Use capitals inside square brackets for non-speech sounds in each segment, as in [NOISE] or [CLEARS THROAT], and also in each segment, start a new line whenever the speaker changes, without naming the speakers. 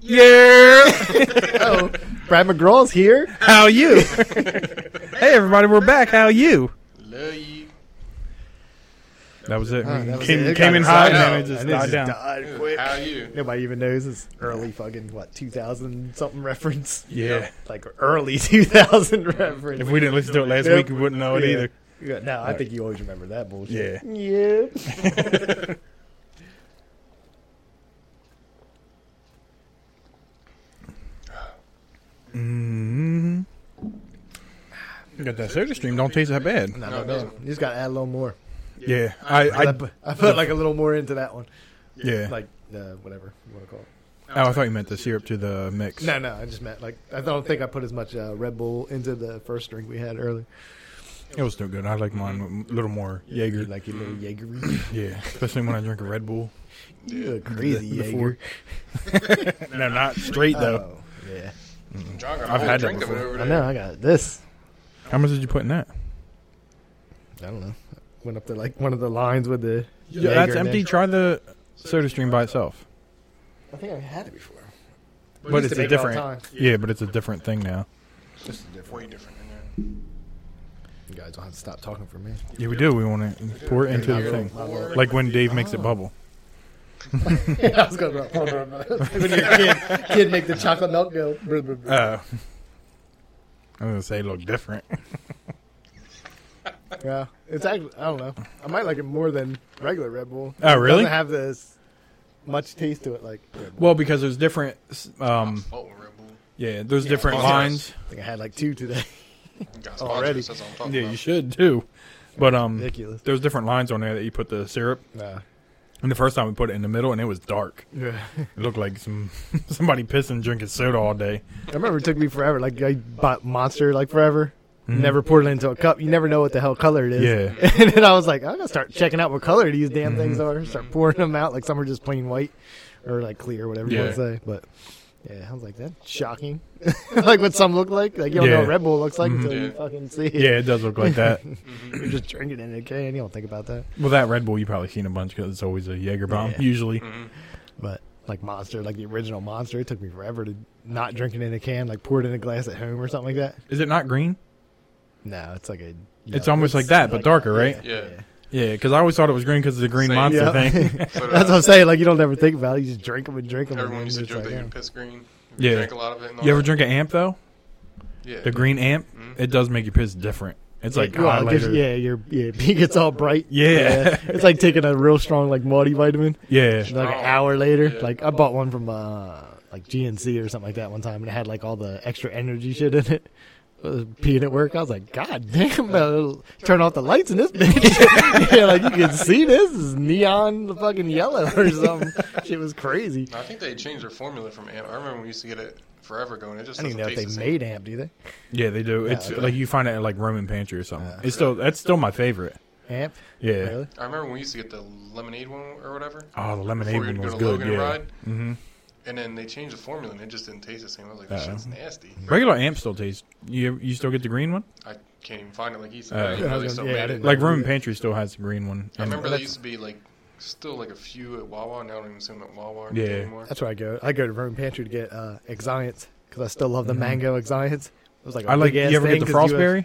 Yeah.
Oh, Brad McGraw's here.
[LAUGHS] How [LAUGHS] you? hey everybody, we're back. How you?
Love you.
That was it.
that was
came
it. It
came
got
in high and
excited.
then it just
And it
died down.
died quick.
How you?
Nobody even knows it's early fucking what 2000 something reference.
Yeah.
Like early [LAUGHS] 2000 reference.
If we didn't listen to it last
Yep.
week, we wouldn't know it
Yeah.
either.
Yeah, No, I think you always remember that bullshit.
Yeah.
Yeah. Mm-hmm.
Got that soda stream. Don't taste that bad.
No,
No,
no,
it
no.
doesn't.
You just got to add a little more.
Yeah. I.
I,
I
I put like a little more into that one.
yeah.
Like, uh, whatever you want to call it.
oh, I thought you meant the syrup to the mix.
No, no, I just meant like, I don't think I put as much uh, Red Bull into the first drink we had earlier.
It was still good. I like mine with a little more Jaeger.
Like your little
[CLEARS THROAT]
Jaegery.
yeah. Especially when I drink a Red Bull.
You're a crazy
The- the
Jaeger. [LAUGHS]
No, not straight though.
Oh, yeah.
John got a
I've
whole
had that
drink of it
before.
over
I
there.
know, I got this.
How much did you put in that?
I don't know. Went up to like one of the lines with the.
Yeah,
Jaeger
that's
in
empty.
there.
Try the soda stream by itself.
I think I had it before.
But it's a
make it all the
different.
time.
Yeah, but it's a different thing now.
This is different.
Way different than
You guys don't have to stop talking for me.
Yeah, we do. We want to pour it into the thing,
[LAUGHS]
like when Dave makes it [LAUGHS] bubble.
yeah, I was going to. [LAUGHS] when your kid, kid make the chocolate milk go. brr, brr, brr.
Uh, I'm gonna say look different. [LAUGHS]
Yeah, it's actually I don't know. I might like it more than regular Red Bull.
Oh, really?
It doesn't have this much taste to it. Like Red Bull.
Well, because there's different. Um,
that. Oh, Red Bull.
yeah, there's different
sponsors.
lines.
I think I had like two today. [LAUGHS]
Got
Already.
sponsors, that's what I'm talking
Yeah,
about.
you should too. But um,
Ridiculous.
there's different lines on there that you put the syrup.
Nah.
And the first time we put it in the middle, and it was dark.
Yeah.
It looked like some [LAUGHS] somebody pissing, drinking soda all day.
I remember it took me forever. Like I bought Monster like forever. Never poured it into a cup. You never know what the hell color it is.
Mm-hmm. Yeah.
[LAUGHS] And then I was like, I'm gonna start checking out what color these damn things
Mm-hmm.
are. Start pouring them out. Like some are just plain white, or like clear, whatever you
Yeah.
want to say. But yeah, I was like, that's shocking. [LAUGHS] like what some look like. Like you don't know what
Yeah. Mm-hmm.
Red Bull looks like until
Yeah.
you fucking see it.
Yeah, it does look [LAUGHS] like that.
[LAUGHS]
Mm-hmm.
You're just drinking it in a can. You don't think about that.
well, that Red Bull you probably seen a bunch because it's always a Jaeger bomb
Yeah. Mm.
usually.
Mm-hmm.
But like Monster, like the original Monster, it took me forever to not drink it in a can. Like pour it in a glass at home or something like that.
Is it not green?
No, it's like a.
It's almost like that, but darker, right?
Yeah.
Yeah, because I always thought it was green because of the green
Same.
monster
Yeah. [LAUGHS]
thing.
So
That's what I'm saying. Like you don't ever think about it. You just drink them and drink them.
uh, everyone
and
used to
then
joke
it's
that you
like,
piss green.
Yeah.
You drank a lot of it. And all
you ever
that.
drink an amp though?
Yeah.
The green amp, it does make your piss different. It's like
yeah, Mm. well, it gives-
highlighter.
yeah, your yeah, [LAUGHS] it gets all bright.
Yeah.
[LAUGHS] it's like taking a real strong like multivitamin.
yeah, yeah.
Oh,
Like an hour later, like I bought one from uh like GNC or something like that one time, and it had like all the extra energy shit in it. I was peeing at work, I was like, God damn! I'll turn off the lights in this bitch. [LAUGHS] yeah, like you can see this is neon fucking yellow
[LAUGHS]
or something. shit was crazy.
I think they changed their formula from amp. I remember we used to get it forever ago, and it just
I don't
doesn't
even know if
taste
they
the same.
made amp, do they?
They do. It's
okay.
like you find it at like Roman Pantry or something. it's still that's still my favorite.
Amp?
Yeah.
Really?
I remember when we used to get the lemonade one or whatever.
Oh, the
Before
lemonade
we
one
would go
was
to
good.
Logan
Yeah.
Ride,
hmm
and then they changed the formula, and it just didn't taste the same. I was like, this
Uh-huh.
Uh-oh.
shit's nasty.
Regular amp still tastes. You you still get the green one?
I can't even find it. Like he said,
Uh,
I didn't even
Uh-huh. Yeah, I was
know they
gonna-
still
yeah, I
made it.
didn't know.
Like Roman Pantry still has the green one.
I
And-
remember there
that's-
used to be like still like a few at Wawa. Now I don't even see them at Wawa or
Yeah.
anything anymore.
That's where I go. I go to Roman Pantry to get uh, Exonians because I still love the mango Exonians. It was like a
Mm-hmm. I like. You
big-ass
ever
thing
get the
'cause you have-
frostberry?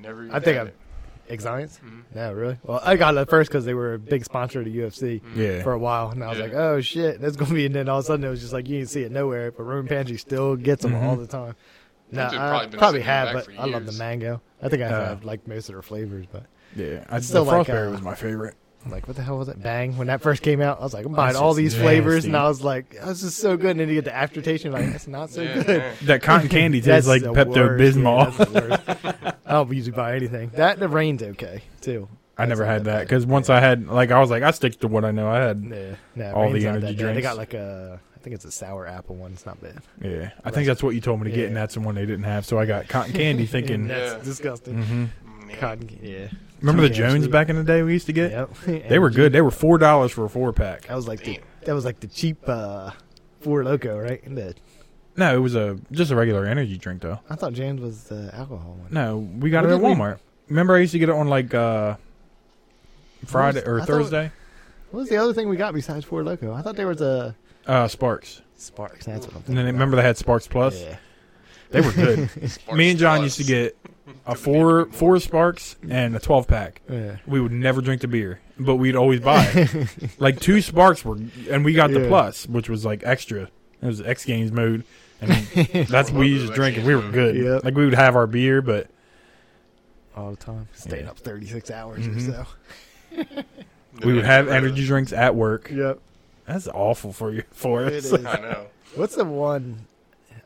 Never. even
I think
had Mm-hmm.
I- Exonians? No, really? Well, I got it first because they were a big sponsor of the UFC
Yeah.
for a while. And I was
Mm-hmm. Yeah.
like, oh, shit, that's going to be. And then all of a sudden it was just like, you can see it nowhere. But Roman Pantry still gets them
Mm-hmm.
all the time. No,
Those have
I
probably
probably,
been sitting
have,
back
but
for
I love the
years.
mango. I think I
Uh,
have like most of their flavors, but
yeah. I,
still
the
like,
frostberry
uh,
was my favorite.
I'm like, what the hell was it? Bang! When that first came out, I was like, I'm buying
This
all
is
these flavors,
Oh, nasty.
and I was like, oh, this is so good. And then you get the aftertaste, and you're like, that's not so
Yeah,
good. [LAUGHS]
yeah.
That cotton candy
That's
tastes like
the
Pepto
worst. Yeah,
Bismol.
that's the worst. I don't usually buy anything. That and the rain's okay too.
[LAUGHS] I never
not
had
that
that because once I had like I was like I stick to what I know. I had
Yeah, no,
All the
Rain's not
energy
that bad. They
drinks.
got like a, I think it's a sour apple one. It's not bad.
yeah. I think that's what you told me to get, and
Yeah.
that's the one they didn't have. So I got cotton [LAUGHS]
[LAUGHS]
candy, thinking. mm-hmm.
that's
Yeah.
disgusting.
Mm, yeah.
Cotton, ca- yeah.
Remember the
Yeah,
Jones
actually.
back in the day we used to get?
Yep. [LAUGHS]
They were good. They were four dollars for a four pack.
That was like the, that was like the cheap uh, Four Loco, right? And the,
No, it was a just a regular energy drink though.
I thought Jan's was the alcohol one.
No, we got
What
it at
did we-
Walmart. Remember, I used to get it on like uh Friday
was-
or
I thought-
Thursday.
What was the other thing we got besides Four Loco? I thought there was a
Uh, Sparks.
Sparks. That's what I'm
And
thinking.
then remember they had Sparks Plus.
Yeah.
They
[LAUGHS]
were good. Me and John used to get a four four Sparks and a twelve pack.
Yeah.
We would never drink the beer, but we'd always buy
[LAUGHS]
it. like two Sparks were, and we got the
Yeah.
plus, which was like extra. It was X Games mode.
[LAUGHS]
I mean, that's what we used to drink, and we were good.
Yep.
Like we would have our beer, but
All the time. Stayed
Yeah.
up 36 hours
Mhm.
or so.
we would have energy drinks at work.
Yep.
That's awful for you [LAUGHS] for
It
us.
is.
I know.
What's the one?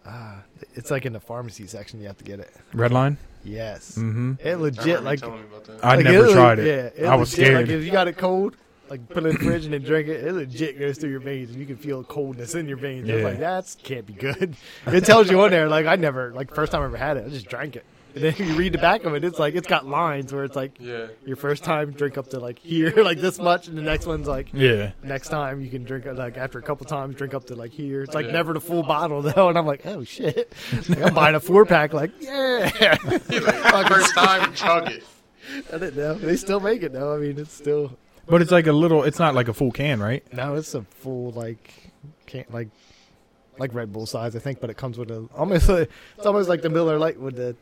Uh, it's like in the pharmacy section. You have to get it.
Red line.
Yes.
Mm-hmm.
It
I remember
legit
you
like.
telling me about that.
I
like,
never
it,
tried it.
Yeah,
I was
legit,
scared.
Like if you got it cold, like put it in the fridge and then drink it, it legit goes through your veins and you can feel coldness in your veins. I was
Yeah.
like, that's can't be good. [LAUGHS] It tells you on there, like I never, like first time I ever had it, I just drank it. And then you read the back of it, it's like it's got lines where it's like
yeah. [LAUGHS]
your first time drink up to like here, [LAUGHS] like this much, and the next one's like
Yeah.
next time you can drink like after a couple times drink up to like here it's like
Yeah.
never the full bottle though [LAUGHS] and i'm like oh shit Like, i'm buying a four pack like yeah [LAUGHS]
First time, chug it.
i didn't know they still make it though i mean it's still
But it's like a little. It's not like a full can, right?
no it's a full like can't like like red bull size i think but it comes with a almost [LAUGHS] like, it's almost like the miller light with the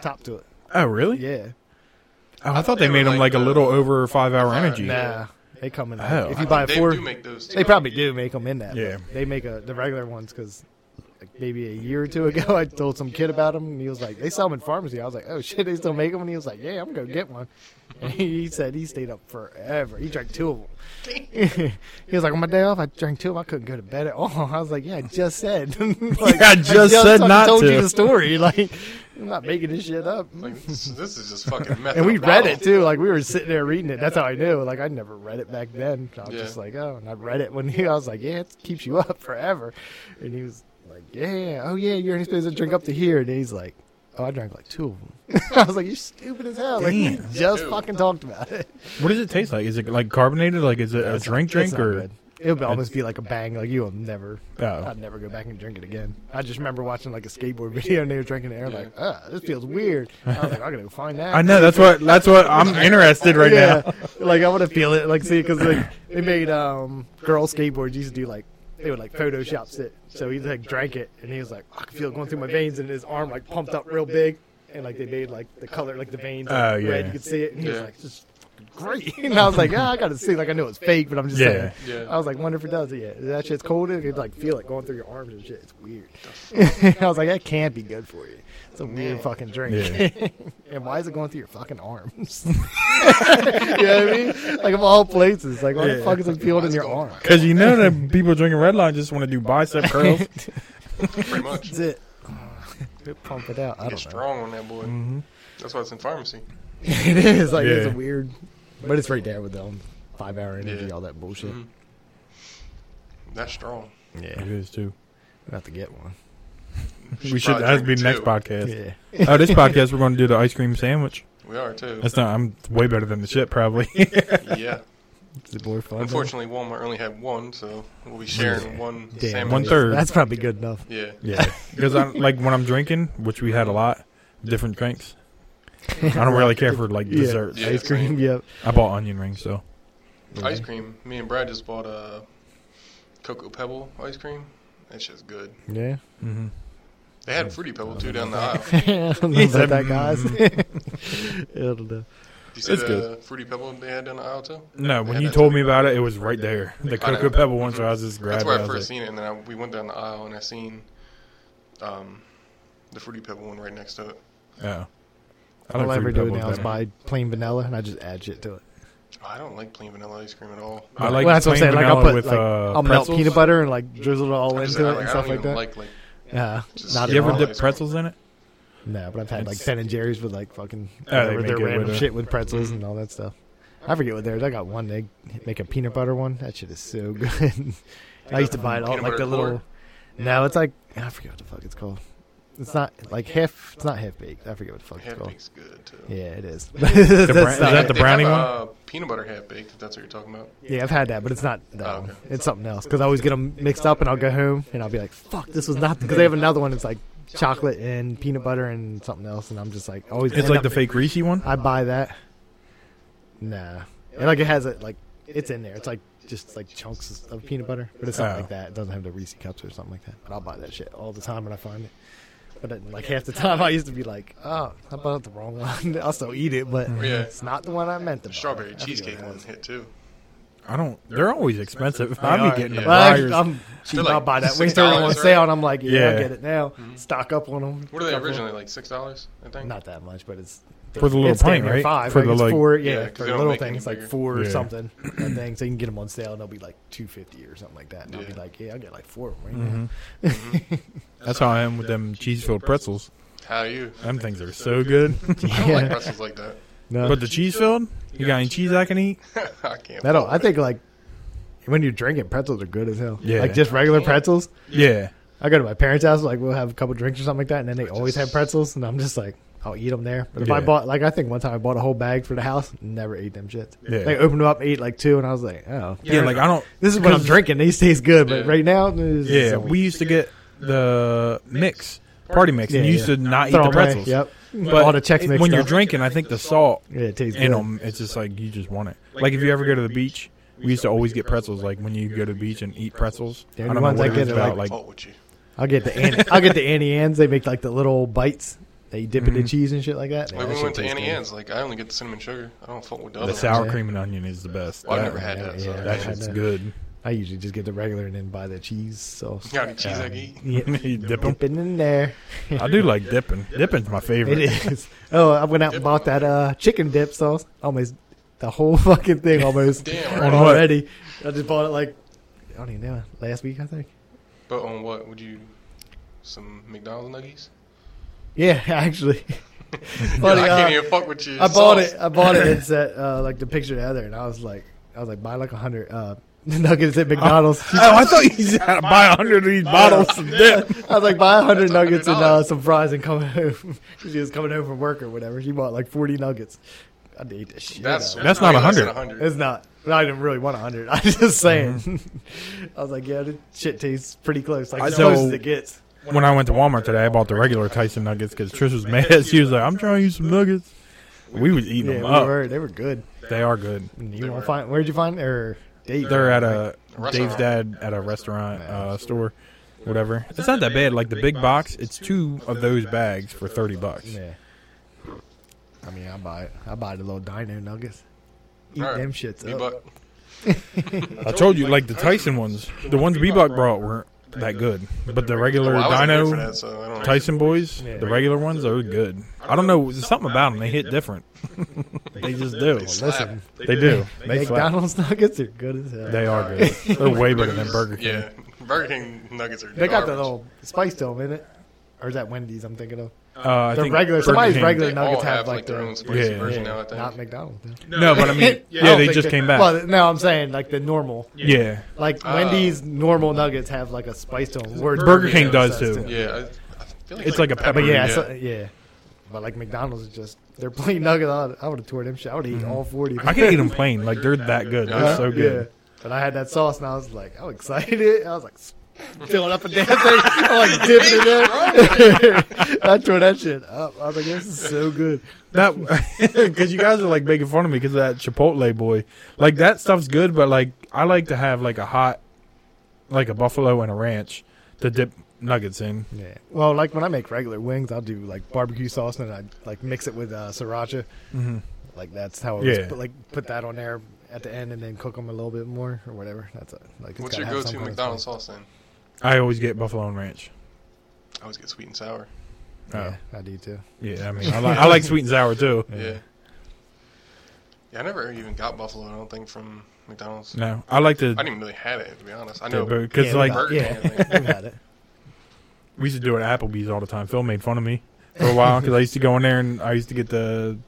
top to it
Oh, really?
yeah
Oh, I thought they
they
made
were
them like
like
a
the-
little over five hour energy.
nah they come in like,
Oh.
if you buy a
they
four
do make those.
They probably do make them in that.
Yeah.
but They make a, the regular ones because like, maybe a year or two ago [LAUGHS] I told some kid about them and he was like, they sell them in pharmacy. I was like, oh shit, they still make them? And he was like, yeah, I'm going to get one. And he said he stayed up forever. He drank two of them. [LAUGHS] he was like, on my day off, I drank two of them. I couldn't go to bed at all. [LAUGHS] I was like, yeah, I just said. [LAUGHS] like,
Yeah, I just said
fucking
not
told
to.
you the story. [LAUGHS] Like, I'm not making this shit up.
Like, this, this is just fucking
And
meth. [LAUGHS] in a
we read
bottle.
it too. Like
[LAUGHS]
we were sitting there reading it. That's how I knew. Like I never read it back then. I was
Yeah.
just like, oh, and I read it when [LAUGHS] he. I was like, yeah, it keeps you up forever. And he was like, yeah, oh yeah, you're only supposed to drink up to here. And he's like, oh, I drank like two of them. [LAUGHS] I was like, you're stupid as hell. Like you
Damn.
just
Dude.
fucking talked about it.
What does it taste like? Is it like carbonated? Like is it a drink
It's
drink
not
or?
good. It would almost be like a bang. Like you'll never.
Oh.
I'd never go back and drink it again. I just remember watching like a skateboard video and they were drinking it. And they're like, ah, this feels weird. I was like, I gotta go find that.
I know that's what that's what I'm interested right now.
like I want to feel it, like see, because like they made um girl skateboards used to do like they would like Photoshop it. So he like drank it, and he was like, I can feel it going through my veins, and his arm like pumped up real big, and like they made like the color like the veins like,
Oh, yeah.
red, you could see it, and he was
Yeah.
like, this is fucking great. [LAUGHS] And I was like, ah, I gotta see, like I know it's fake, but I'm just
Yeah.
saying.
Yeah.
I was like, wonder if it does it yet. That shit's cold. and You could like feel it going through your arms and shit. It's weird. [LAUGHS] I was like, that can't be good for you. It's a weird fucking drink. [LAUGHS] and why is it going through your fucking arms? [LAUGHS] you know what I mean? Like of all places. Like why the
Yeah.
fuck is it peeled in
Why's it
your
going
arm?
through
Because you know that people drinking red line just want to do bicep
[LAUGHS]
curls.
Pretty much.
That's it. It Pump it out. I don't
Get
know.
strong on that boy.
Mm-hmm.
That's why it's in pharmacy.
[LAUGHS] It is like it's a
Yeah.
weird, but it's right there with them five hour energy,
Yeah.
all that
Oh,
bullshit.
Mhm. Mm-hmm. That's strong.
Yeah,
it is too.
we have to get one.
We should
probably
that would be
drink
next
two.
podcast.
Yeah,
Oh, this
[LAUGHS]
podcast we're going to do the ice cream sandwich.
We are too.
That's not. I'm way better than the shit probably. [LAUGHS]
yeah.
it's the boy fun. though. [LAUGHS]
Unfortunately, Walmart only had one, so we'll be sharing one
Damn,
sandwich.
One third.
That's probably good enough.
Yeah.
yeah, because I'm like when I'm drinking, which we had a lot, different drinks.
[LAUGHS]
I don't really care for like
Yeah.
desserts.
Yeah.
Ice cream.
same.
Yep.
I bought onion rings, so
Ice cream. Me and Brad just bought a cocoa pebble ice cream. That shit's good.
Yeah.
mm-hmm.
They had fruity pebble too down
[LAUGHS]
the aisle.
[LAUGHS] I don't know
He said,
about that, guys.
[LAUGHS]
[LAUGHS] It'll do.
You see
It's
the
good.
fruity pebble they had down the aisle too.
no.
They
When
had
you
that
told
too.
me about it, it was right there. The
I know.
cocoa pebble one, so I was just
that's
grabbing.
where
it.
I
I
first
was like,
seen it, and then I, we went down the aisle and I seen um, the fruity pebble one right next to it.
oh. I
All I
like
ever
fruit
do
pebbles
now is
better.
buy plain vanilla and I just add shit to it.
Oh, I don't like plain vanilla ice cream at all.
I like
well, that's what I'm
plain
saying. Like I'll
vanilla
put
with,
like
uh,
I'll melt
pretzels.
peanut butter and like drizzle it all
I'm
into
just-
it
I,
and
like, I
stuff
don't
like
even
that.
like like
yeah,
just-
not at
You
all.
You ever
vanilla
dip
ice
pretzels in it?
no, but I've had like
It's-
Ben and Jerry's with like fucking
Oh, they
whatever
make
their
it with
random
a-
shit with pretzels and all that stuff. I forget what theirs. I got one. They make a peanut butter one. That shit is so [LAUGHS] good. I used to buy it all
Peanut
like the
butter
little.
core?
No, it's like I forget what the fuck it's called. It's not like half. It's not half baked. I forget what the fuck it's
half
called.
baked's good too.
Yeah, it is. [LAUGHS]
bran- is
not it.
that the
They have
brownie
a,
one?
Uh, peanut butter half baked. If that's what you're talking about.
Yeah, I've had that, but it's not that
Oh,
one.
okay.
It's something else because I always get them mixed up, and I'll go home and I'll be like, "Fuck, this was not." Because they have another one. It's like chocolate and peanut butter and something else, and I'm just like, always.
It's
end
like
up-
the fake Reese one.
I buy that. Nah, and like it has it like it's in there. It's like just like chunks of peanut butter, but it's not
Oh.
like that. It doesn't have the Reese cups or something like that. But I'll buy that shit all the time when I find it. But then, like half the time, I used to be like, "Oh, I bought the wrong one." [LAUGHS] I'll still eat it, but
Yeah.
it's not the one I meant to.
The
buy. I
strawberry
feel
cheesecake
that.
one hit too.
I don't. They're always expensive.
They
I'll
are,
be getting
yeah.
the
Well,
Breyers.
I, am cheap.
like
I'll buy that. Wait
$6,
till they're on
right?
sale, and I'm like, yeah, I'll
Yeah. Mm-hmm.
get it now. Stock up on them.
What are they originally like six dollars? I think.
Not that much, but it's
For the little
it's damn
pint,
near
right?
Five
For
like,
the,
it's
like-
four, yeah,
Yeah, 'cause
for
they
the
don't
little
make any
things like
bigger.
four or
Yeah.
something. and things so you can get them on sale, and they'll be like two fifty or something like that. And I'll be
Yeah.
like, yeah, I'll get like four of them right now.
Mhm. That's how I am with them cheese-filled pretzels.
How are you?
[LAUGHS]
Them things are so good.
[LAUGHS]
[LAUGHS]
I don't like
Yeah.
pretzels like that. [LAUGHS]
[LAUGHS] No,
but the cheese-filled, you got any cheese I can eat?
I can't.
that'll. I think like when you're drinking pretzels are good as hell.
Yeah.
like just regular pretzels.
Yeah.
I go to my parents' house, like we'll have a couple drinks or something like that, and then they always have pretzels, and I'm just like, I'll eat them there. But if I
Yeah.
bought, like, I think one time I bought a whole bag for the house, never ate them shits.
Yeah.
They opened them up, ate like two, and I was like, oh,
Yeah, like I don't.
this is what I'm
because-
drinking. These taste good, but
Yeah.
right now, this is
Yeah,
so
we used to get the mix, party mix, and
Yeah,
you used
yeah.
to not eat
throw
the
'em away.
pretzels.
Yep,
But
all the checks
it-
mixed
when
up.
you're drinking, I think the salt
yeah, it tastes
in
good.
them, um, it's just like you just want it. Like if you ever go to the beach, we used to always get pretzels. Like when you go to the beach and eat pretzels,
The
I
only
don't know
ones
what
I
it
get oh,
is
are,
about.
Like,
Like,
fault with you.
I'll get the Annie, I'll
[LAUGHS]
get the Annie Ann's. They make like the little bites. They dip it in
Mhm.
cheese and shit like that. Yeah,
Like
that
when we
shit
went to
tastes
Annie
good.
Ann's, like I only get the cinnamon sugar. I don't fuck with the other
the
ones.
sour
Yeah.
cream and onion is the best.
Well,
That-
I've never had that. so
Yeah,
I
That
don't
had
know.
shit's
that.
good.
I usually just get the regular and then buy the cheese sauce.
Got any cheese I
Um,
can eat?
Yeah,
[LAUGHS] You dip 'em.
dip it in there. [LAUGHS]
I do like [LAUGHS] dipping. Dipping's my
It
favorite.
is. Oh, I went out and bought that uh, chicken dip sauce. Almost the whole [LAUGHS] fucking
[LAUGHS]
thing almost
Damn.
On
Right?
what?
already. I just bought it like I don't even know last week I think.
But on what would you? Some McDonald's nuggies? [LAUGHS]
Yeah, [LAUGHS] actually.
Yeah,
Funny,
I
uh,
can't even fuck with you.
I bought
Sauce.
it. I bought it. It said uh, like the picture the other, and I was like, I was like, buy like a hundred uh, [LAUGHS] nuggets at McDonald's.
[LAUGHS] Oh, I thought you had to buy a hundred of these bottles of dip.
[LAUGHS] I was like, buy a hundred
That's
nuggets and uh,
$100.
some fries and come [LAUGHS] home. 'Cause she was coming home from work or whatever. She bought like forty nuggets. I ate this shit.
That's
out of it.
That's not
way less
100.
than 100.
It's not. I didn't really want a 100. [LAUGHS] I'm just saying.
[LAUGHS]
I was like, yeah, this shit tastes pretty close. Like,
I
as close
know-
as it gets.
When I went to Walmart today, I bought the regular Tyson nuggets because Trish was mad. [LAUGHS] She was like, "I'm trying to use some nuggets." We was eating
Yeah,
them
we
up.
were, they were good.
They are good.
And You want to find, where'd you find, or Dave?
They're at a
Restaurant.
Dave's dad at a restaurant uh, store, whatever. It's not that bad. Like the big box, it's two of those bags for thirty bucks.
Yeah. I mean, I buy it. I buy the little dino nuggets. Eat
Alright.
them shits
You
up. [LAUGHS]
buck-
I told you, like the Tyson ones, the ones Bebop brought weren't that good, but the regular
Well, I wasn't there for
Dino
that, so I don't know.
Tyson boys,
Yeah.
the regular ones, are good. I don't know, there's something about them. They hit different. they just do.
Listen,
They do. They slap.
McDonald's [LAUGHS] nuggets are good as hell.
They
[LAUGHS]
are good. They're way better than Burger King.
Yeah, Burger King nuggets are.
They got the
garbage.
little spice to them in it. Or is that Wendy's I'm thinking of?
Uh, I
The
think
regular,
Burger
somebody's
King-
regular
They all
nuggets
have, like, their own spicy
yeah,
version now, I think.
Not McDonald's. though.
No, but I mean,
I
[LAUGHS] yeah,
don't
they
think
just
that-
came back.
Well, no, I'm saying like the normal.
yeah.
Like
Oh.
Wendy's normal nuggets have like a spice to them. Burger,
Burger King does too.
Yeah, I, I feel like
It's like a
But
pepper.
yeah, yeah. So, yeah. But like McDonald's is just they're plain nuggets. I would- I would have tore them shit. I would have eaten all forty.
Mm-hmm.
[LAUGHS]
I can eat them plain. Like they're that good. They're
Yeah.
so good.
Yeah. But I had that sauce and I was like, I was excited. I was like, [LAUGHS] filling up a damn thing. I was like dipping it in. [LAUGHS] I tore that shit up. I was like, this is so good.
That [LAUGHS] because you guys are like making fun of me because that Chipotle boy. Like that stuff's good, but like I like to have like a hot, like a buffalo and a ranch to dip nuggets in.
Yeah. Well, like when I make regular wings, I'll do like barbecue sauce and I like mix it with uh, sriracha.
Mm-hmm.
Like that's how it was.
Yeah.
Put, like put that on there at the end and then cook them a little bit more or whatever. That's it. Like it's
What's
gotta have
your
some
go-to
kind of
McDonald's
spice.
sauce then?
I always get buffalo and ranch.
I always get sweet and sour.
Oh.
Yeah, I do too.
Yeah, I mean, I like, I like sweet and sour too.
Yeah. yeah. I never even got buffalo. I don't think from McDonald's.
No, I like
I
to
didn't even really had it to be honest. I know.
because
Yeah,
like
without-
Burger
yeah,
[LAUGHS]
King, I think.
we've had it.
we used to do it at Applebee's all the time. Phil made fun of me for a while because I used to go in there and I used to get the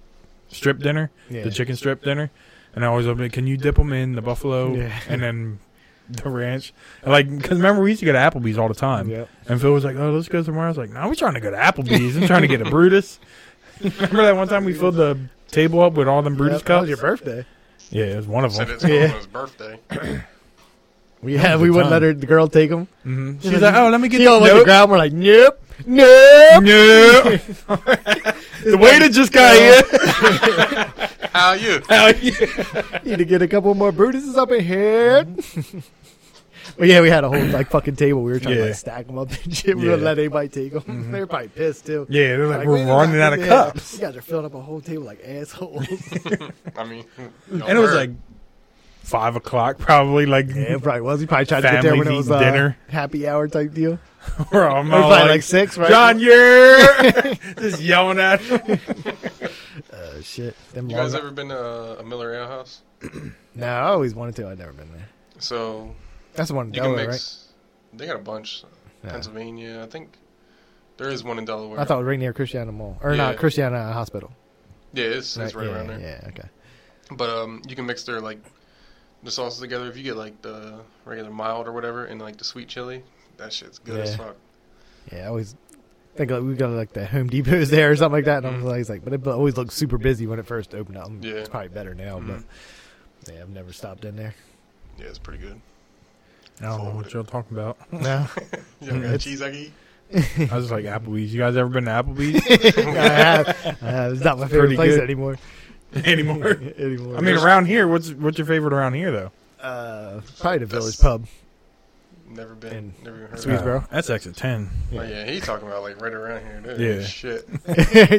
strip dinner.
Yeah.
the chicken strip dinner, and I always open it. Can you dip them in the buffalo
Yeah.
and then the ranch? And like, because remember we used to go to Applebee's all the time,
Yep.
and Phil was like, "Oh, let's go somewhere." I was like, "No, we're trying to go to Applebee's. I'm trying to get a Brutus." [LAUGHS] remember that one time we filled the table up with all them Brutus
Yep, that was
cups?
your birthday.
yeah, it was one of
Said
them.
it's going
Yeah.
on his birthday.
We yeah,
was
we
a
wouldn't let
ton.
her the girl take them.
hmm She's like, "Oh, let me get
She all
the
went to
nope.
grab 'em, We're like, nope, nope.
[LAUGHS] Nope. the waiter just got here.
How you?
Hell yeah.
Need to get a couple more Brutuses up in here. but yeah, we had a whole like fucking table. We were trying to
Mm-hmm. Yeah.
like stack them up and shit. We
Yeah. Mm-hmm.
wouldn't let anybody take them. they were probably pissed too.
[LAUGHS] Yeah, they're like,
we
we're
didn't
running
have-
out of
yeah,
cups.
You guys are filling up a whole table like assholes.
I mean,
And it was like five o'clock, probably. Like, [LAUGHS]
yeah, it probably was. We probably tried to get there
Families
when it was
eating
uh,
dinner.
happy hour type
[LAUGHS]
deal.
we're all
It was probably
like,
like six, right?
John, you're just yelling at him.
Uh, shit. Them
you guys
long-
ever been to uh, a Miller Ale House?
No, I always wanted to. I've never been there.
So
That's the one in
you can
Delaware, right?
mix. They got a bunch.
Yeah.
Pennsylvania, I think. There is one in Delaware.
I thought it was right near Christiana Mall. Or not,
Yeah.
Christiana Hospital.
yeah, it's, it's right
yeah,
around there.
Yeah, okay.
But um, you can mix their like the sauces together. If you get like the regular mild or whatever, and like the sweet chili, that shit's good as
Yeah.
fuck.
Yeah, I always think like we got like the Home Depot's there or something like that, and I'm always like, but it always looked super busy when it first opened up.
Mm-hmm. Yeah.
It's probably better now,
Mhm.
but yeah, I've never stopped in there.
Yeah, it's pretty good.
I don't know what y'all talking about.
No,
You know,
Mm,
got cheese I can eat.
I was like, Applebee's. You guys ever been to
[LAUGHS]
Applebee's
I
[LAUGHS]
have, I have. It's not my favorite
Pretty
place
good.
anymore.
[LAUGHS]
[LAUGHS]
anymore?
anymore.
I mean, around here, what's what's your favorite around here though?
uh, probably the Village
That's-
Pub.
Never been,
And
never even heard of.
Sweet-
it.
Sweetboro?
Uh, That's exit ten.
Oh, yeah, he talking about like right around here. That is
Yeah.
shit.
[LAUGHS]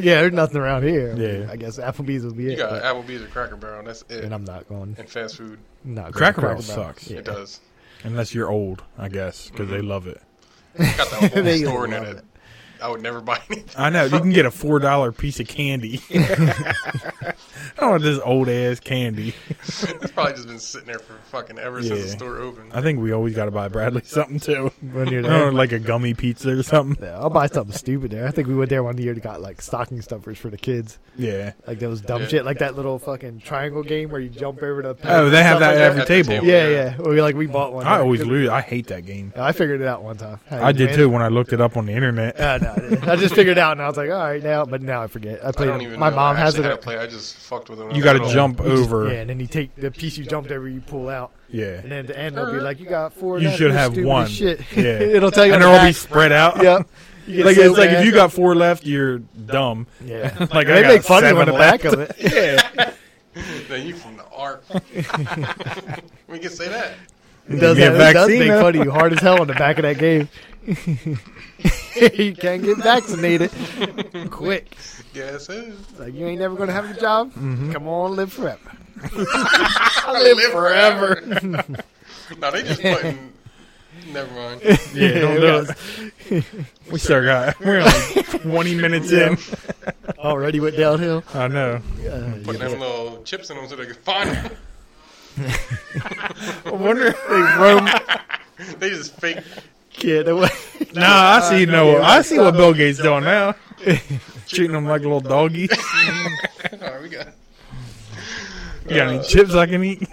yeah, there's nothing around here.
Yeah.
I guess Applebee's will be
You
it.
got
but-
Applebee's or Cracker Barrel. That's it.
and
And,
I'm not going.
fast food,
Not going to
Cracker Barrel sucks.
Yeah.
it does.
Unless you're old, I guess, because they love it.
Got the
[LAUGHS]
whole
They
store in
love
it.
it.
I would never buy anything. [LAUGHS]
I know you can get a four dollar piece of candy. [LAUGHS] I don't want this old ass candy.
It's probably just been sitting there for fucking ever since the
Yeah.
store opened.
I think we always got to buy Bradley something [LAUGHS] too.
When you're there.
Or like a gummy pizza or something.
Yeah, I'll buy something stupid there. I think we went there one year and got like stocking stuffers for the kids.
Yeah.
Like those dumb
Yeah.
shit, like that little fucking triangle game where you jump over the.
Oh, they have
stuff like
that at every
At the
table.
table.
Yeah, yeah. We like we bought one.
I always
Yeah,
lose. I hate that game.
I figured it out one time.
I did
[LAUGHS]
too when I looked it up on the internet.
Uh, no, I, didn't. I just figured it out and I was like, all right, now, but now I forget. I
I
played.
don't
it.
even
my
know.
mom
I
has
actually
it.
had to play. I just fucked with them.
You got to jump over.
Oh. [LAUGHS] yeah, and then you take the piece you jumped over, you pull out,
Yeah.
and then at the end they'll be like, you got four.
You
left,
should
you're
have
stupid as
one.
Shit, [LAUGHS]
Yeah.
it'll tell you.
And
on the
they'll all be
back.
spread
[LAUGHS]
out.
Yep. You get
[LAUGHS] Like
so
it's like if
mad.
you got four left, you're dumb.
[LAUGHS] Yeah.
[LAUGHS] Like
they
I got
make fun of you on the
[LAUGHS]
back
seven left.
of it. [LAUGHS]
Yeah.
Then you from the art. we can say that.
It does,
Give
have,
me a
it does make
vaccine, huh?
fun of you hard as hell on the back of that game. [LAUGHS] you can't get vaccinated quick.
Yes, it is.
It's Like you ain't never gonna have a job.
Mm-hmm.
Come on, live
[LAUGHS]
forever.
I live, forever. [LAUGHS] no, they [LAUGHS] just putting. Never mind.
Yeah, don't do it.
[LAUGHS]
We still got. We're like 20 minutes in.
Already went downhill.
I know.
Uh,
Putting them little chips in them so they can find them. [LAUGHS]
I wonder.
Rome
they just fake.
kid away.
[LAUGHS]
[LAUGHS]
Nah, I see no. I see what Bill Gates doing now. Treating them like little doggies.
All right, we got.
[LAUGHS] You got any chips I can eat?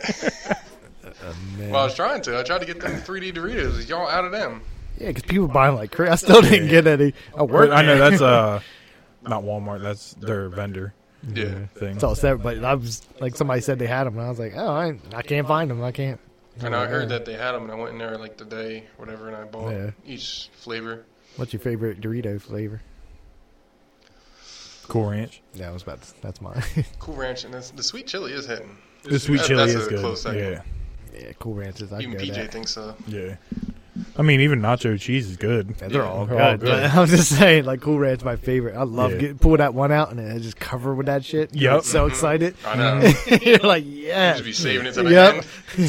Well, I was trying to. I tried to get them 3D Doritos. Y'all out of them.
Yeah, because people buying like crazy. I still didn't get any. I worked.
I know
there. [LAUGHS]
that's uh, not Walmart. That's their vendor
Yeah.
thing.
That's all set. But I was like, somebody said they had them, and I was like, oh, I, ain't- I can't find them. I can't.
And I heard that they had them, and I went in there like the day, whatever, and I bought
Yeah.
each flavor.
What's your favorite Dorito flavor?
Cool Ranch.
Yeah, I was about. To, that's mine. [LAUGHS]
Cool Ranch, and that's, the sweet chili is hitting.
The sweet
That-
chili
that's
is
a
good.
close second.
yeah,
yeah, Cool Ranches. I
Even
go
PJ
that.
thinks so.
yeah. I mean, even nacho cheese is good.
Yeah, they're all good.
They're all
but [LAUGHS]
good.
I'm just saying, like Cool Ranch, my favorite. I love
Yeah.
getting pull that one out and then just cover with that shit. You
Yep.
get so
[LAUGHS]
excited.
I know.
[LAUGHS] You're like, yeah,
Just be saving it to the
Yep.
end.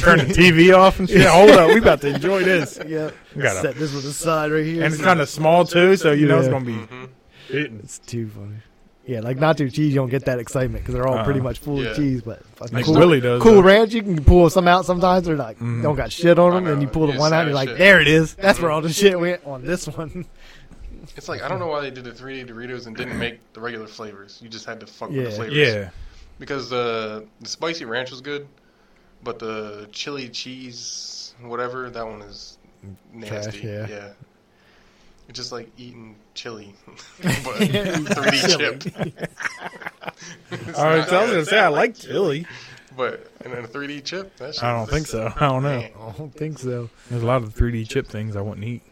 [LAUGHS]
Turn the TV off and shit. Hold [LAUGHS] up, we about to enjoy this.
yeah.
We gotta-
Set this one aside right here.
And it's kind of small too, so you know it's
Yeah.
gonna be
hmm
hitting.
It's too funny. Yeah, like nacho cheese, you don't get that excitement because they're all
Uh-uh.
pretty much full
Yeah.
of cheese. But fucking
Like
cool,
Willie does.
cool
though.
ranch, you can pull some out sometimes. They're like,
Mhm.
don't got shit on
I
them, and
know.
you pull the
You
one out,
sad
and you're like,
shit.
there it is. That's where
[LAUGHS]
all the shit went on this one.
It's like I don't know why they did the 3D Doritos and didn't make the regular flavors. You just had to fuck with
Yeah.
the flavors.
Yeah,
Because the the spicy ranch was good, but the chili cheese whatever that one is nasty.
Trash, yeah.
It's just like eating chili, [LAUGHS]
[LAUGHS]
but 3D chipped. [LAUGHS] It's
I was,
not
I was
good.
gonna say I like chili.
But and then a 3D chip. That shit
I don't
is
think
just-
so. I don't know.
Man.
[LAUGHS] I don't think so.
There's a lot of 3D chip things I wouldn't eat.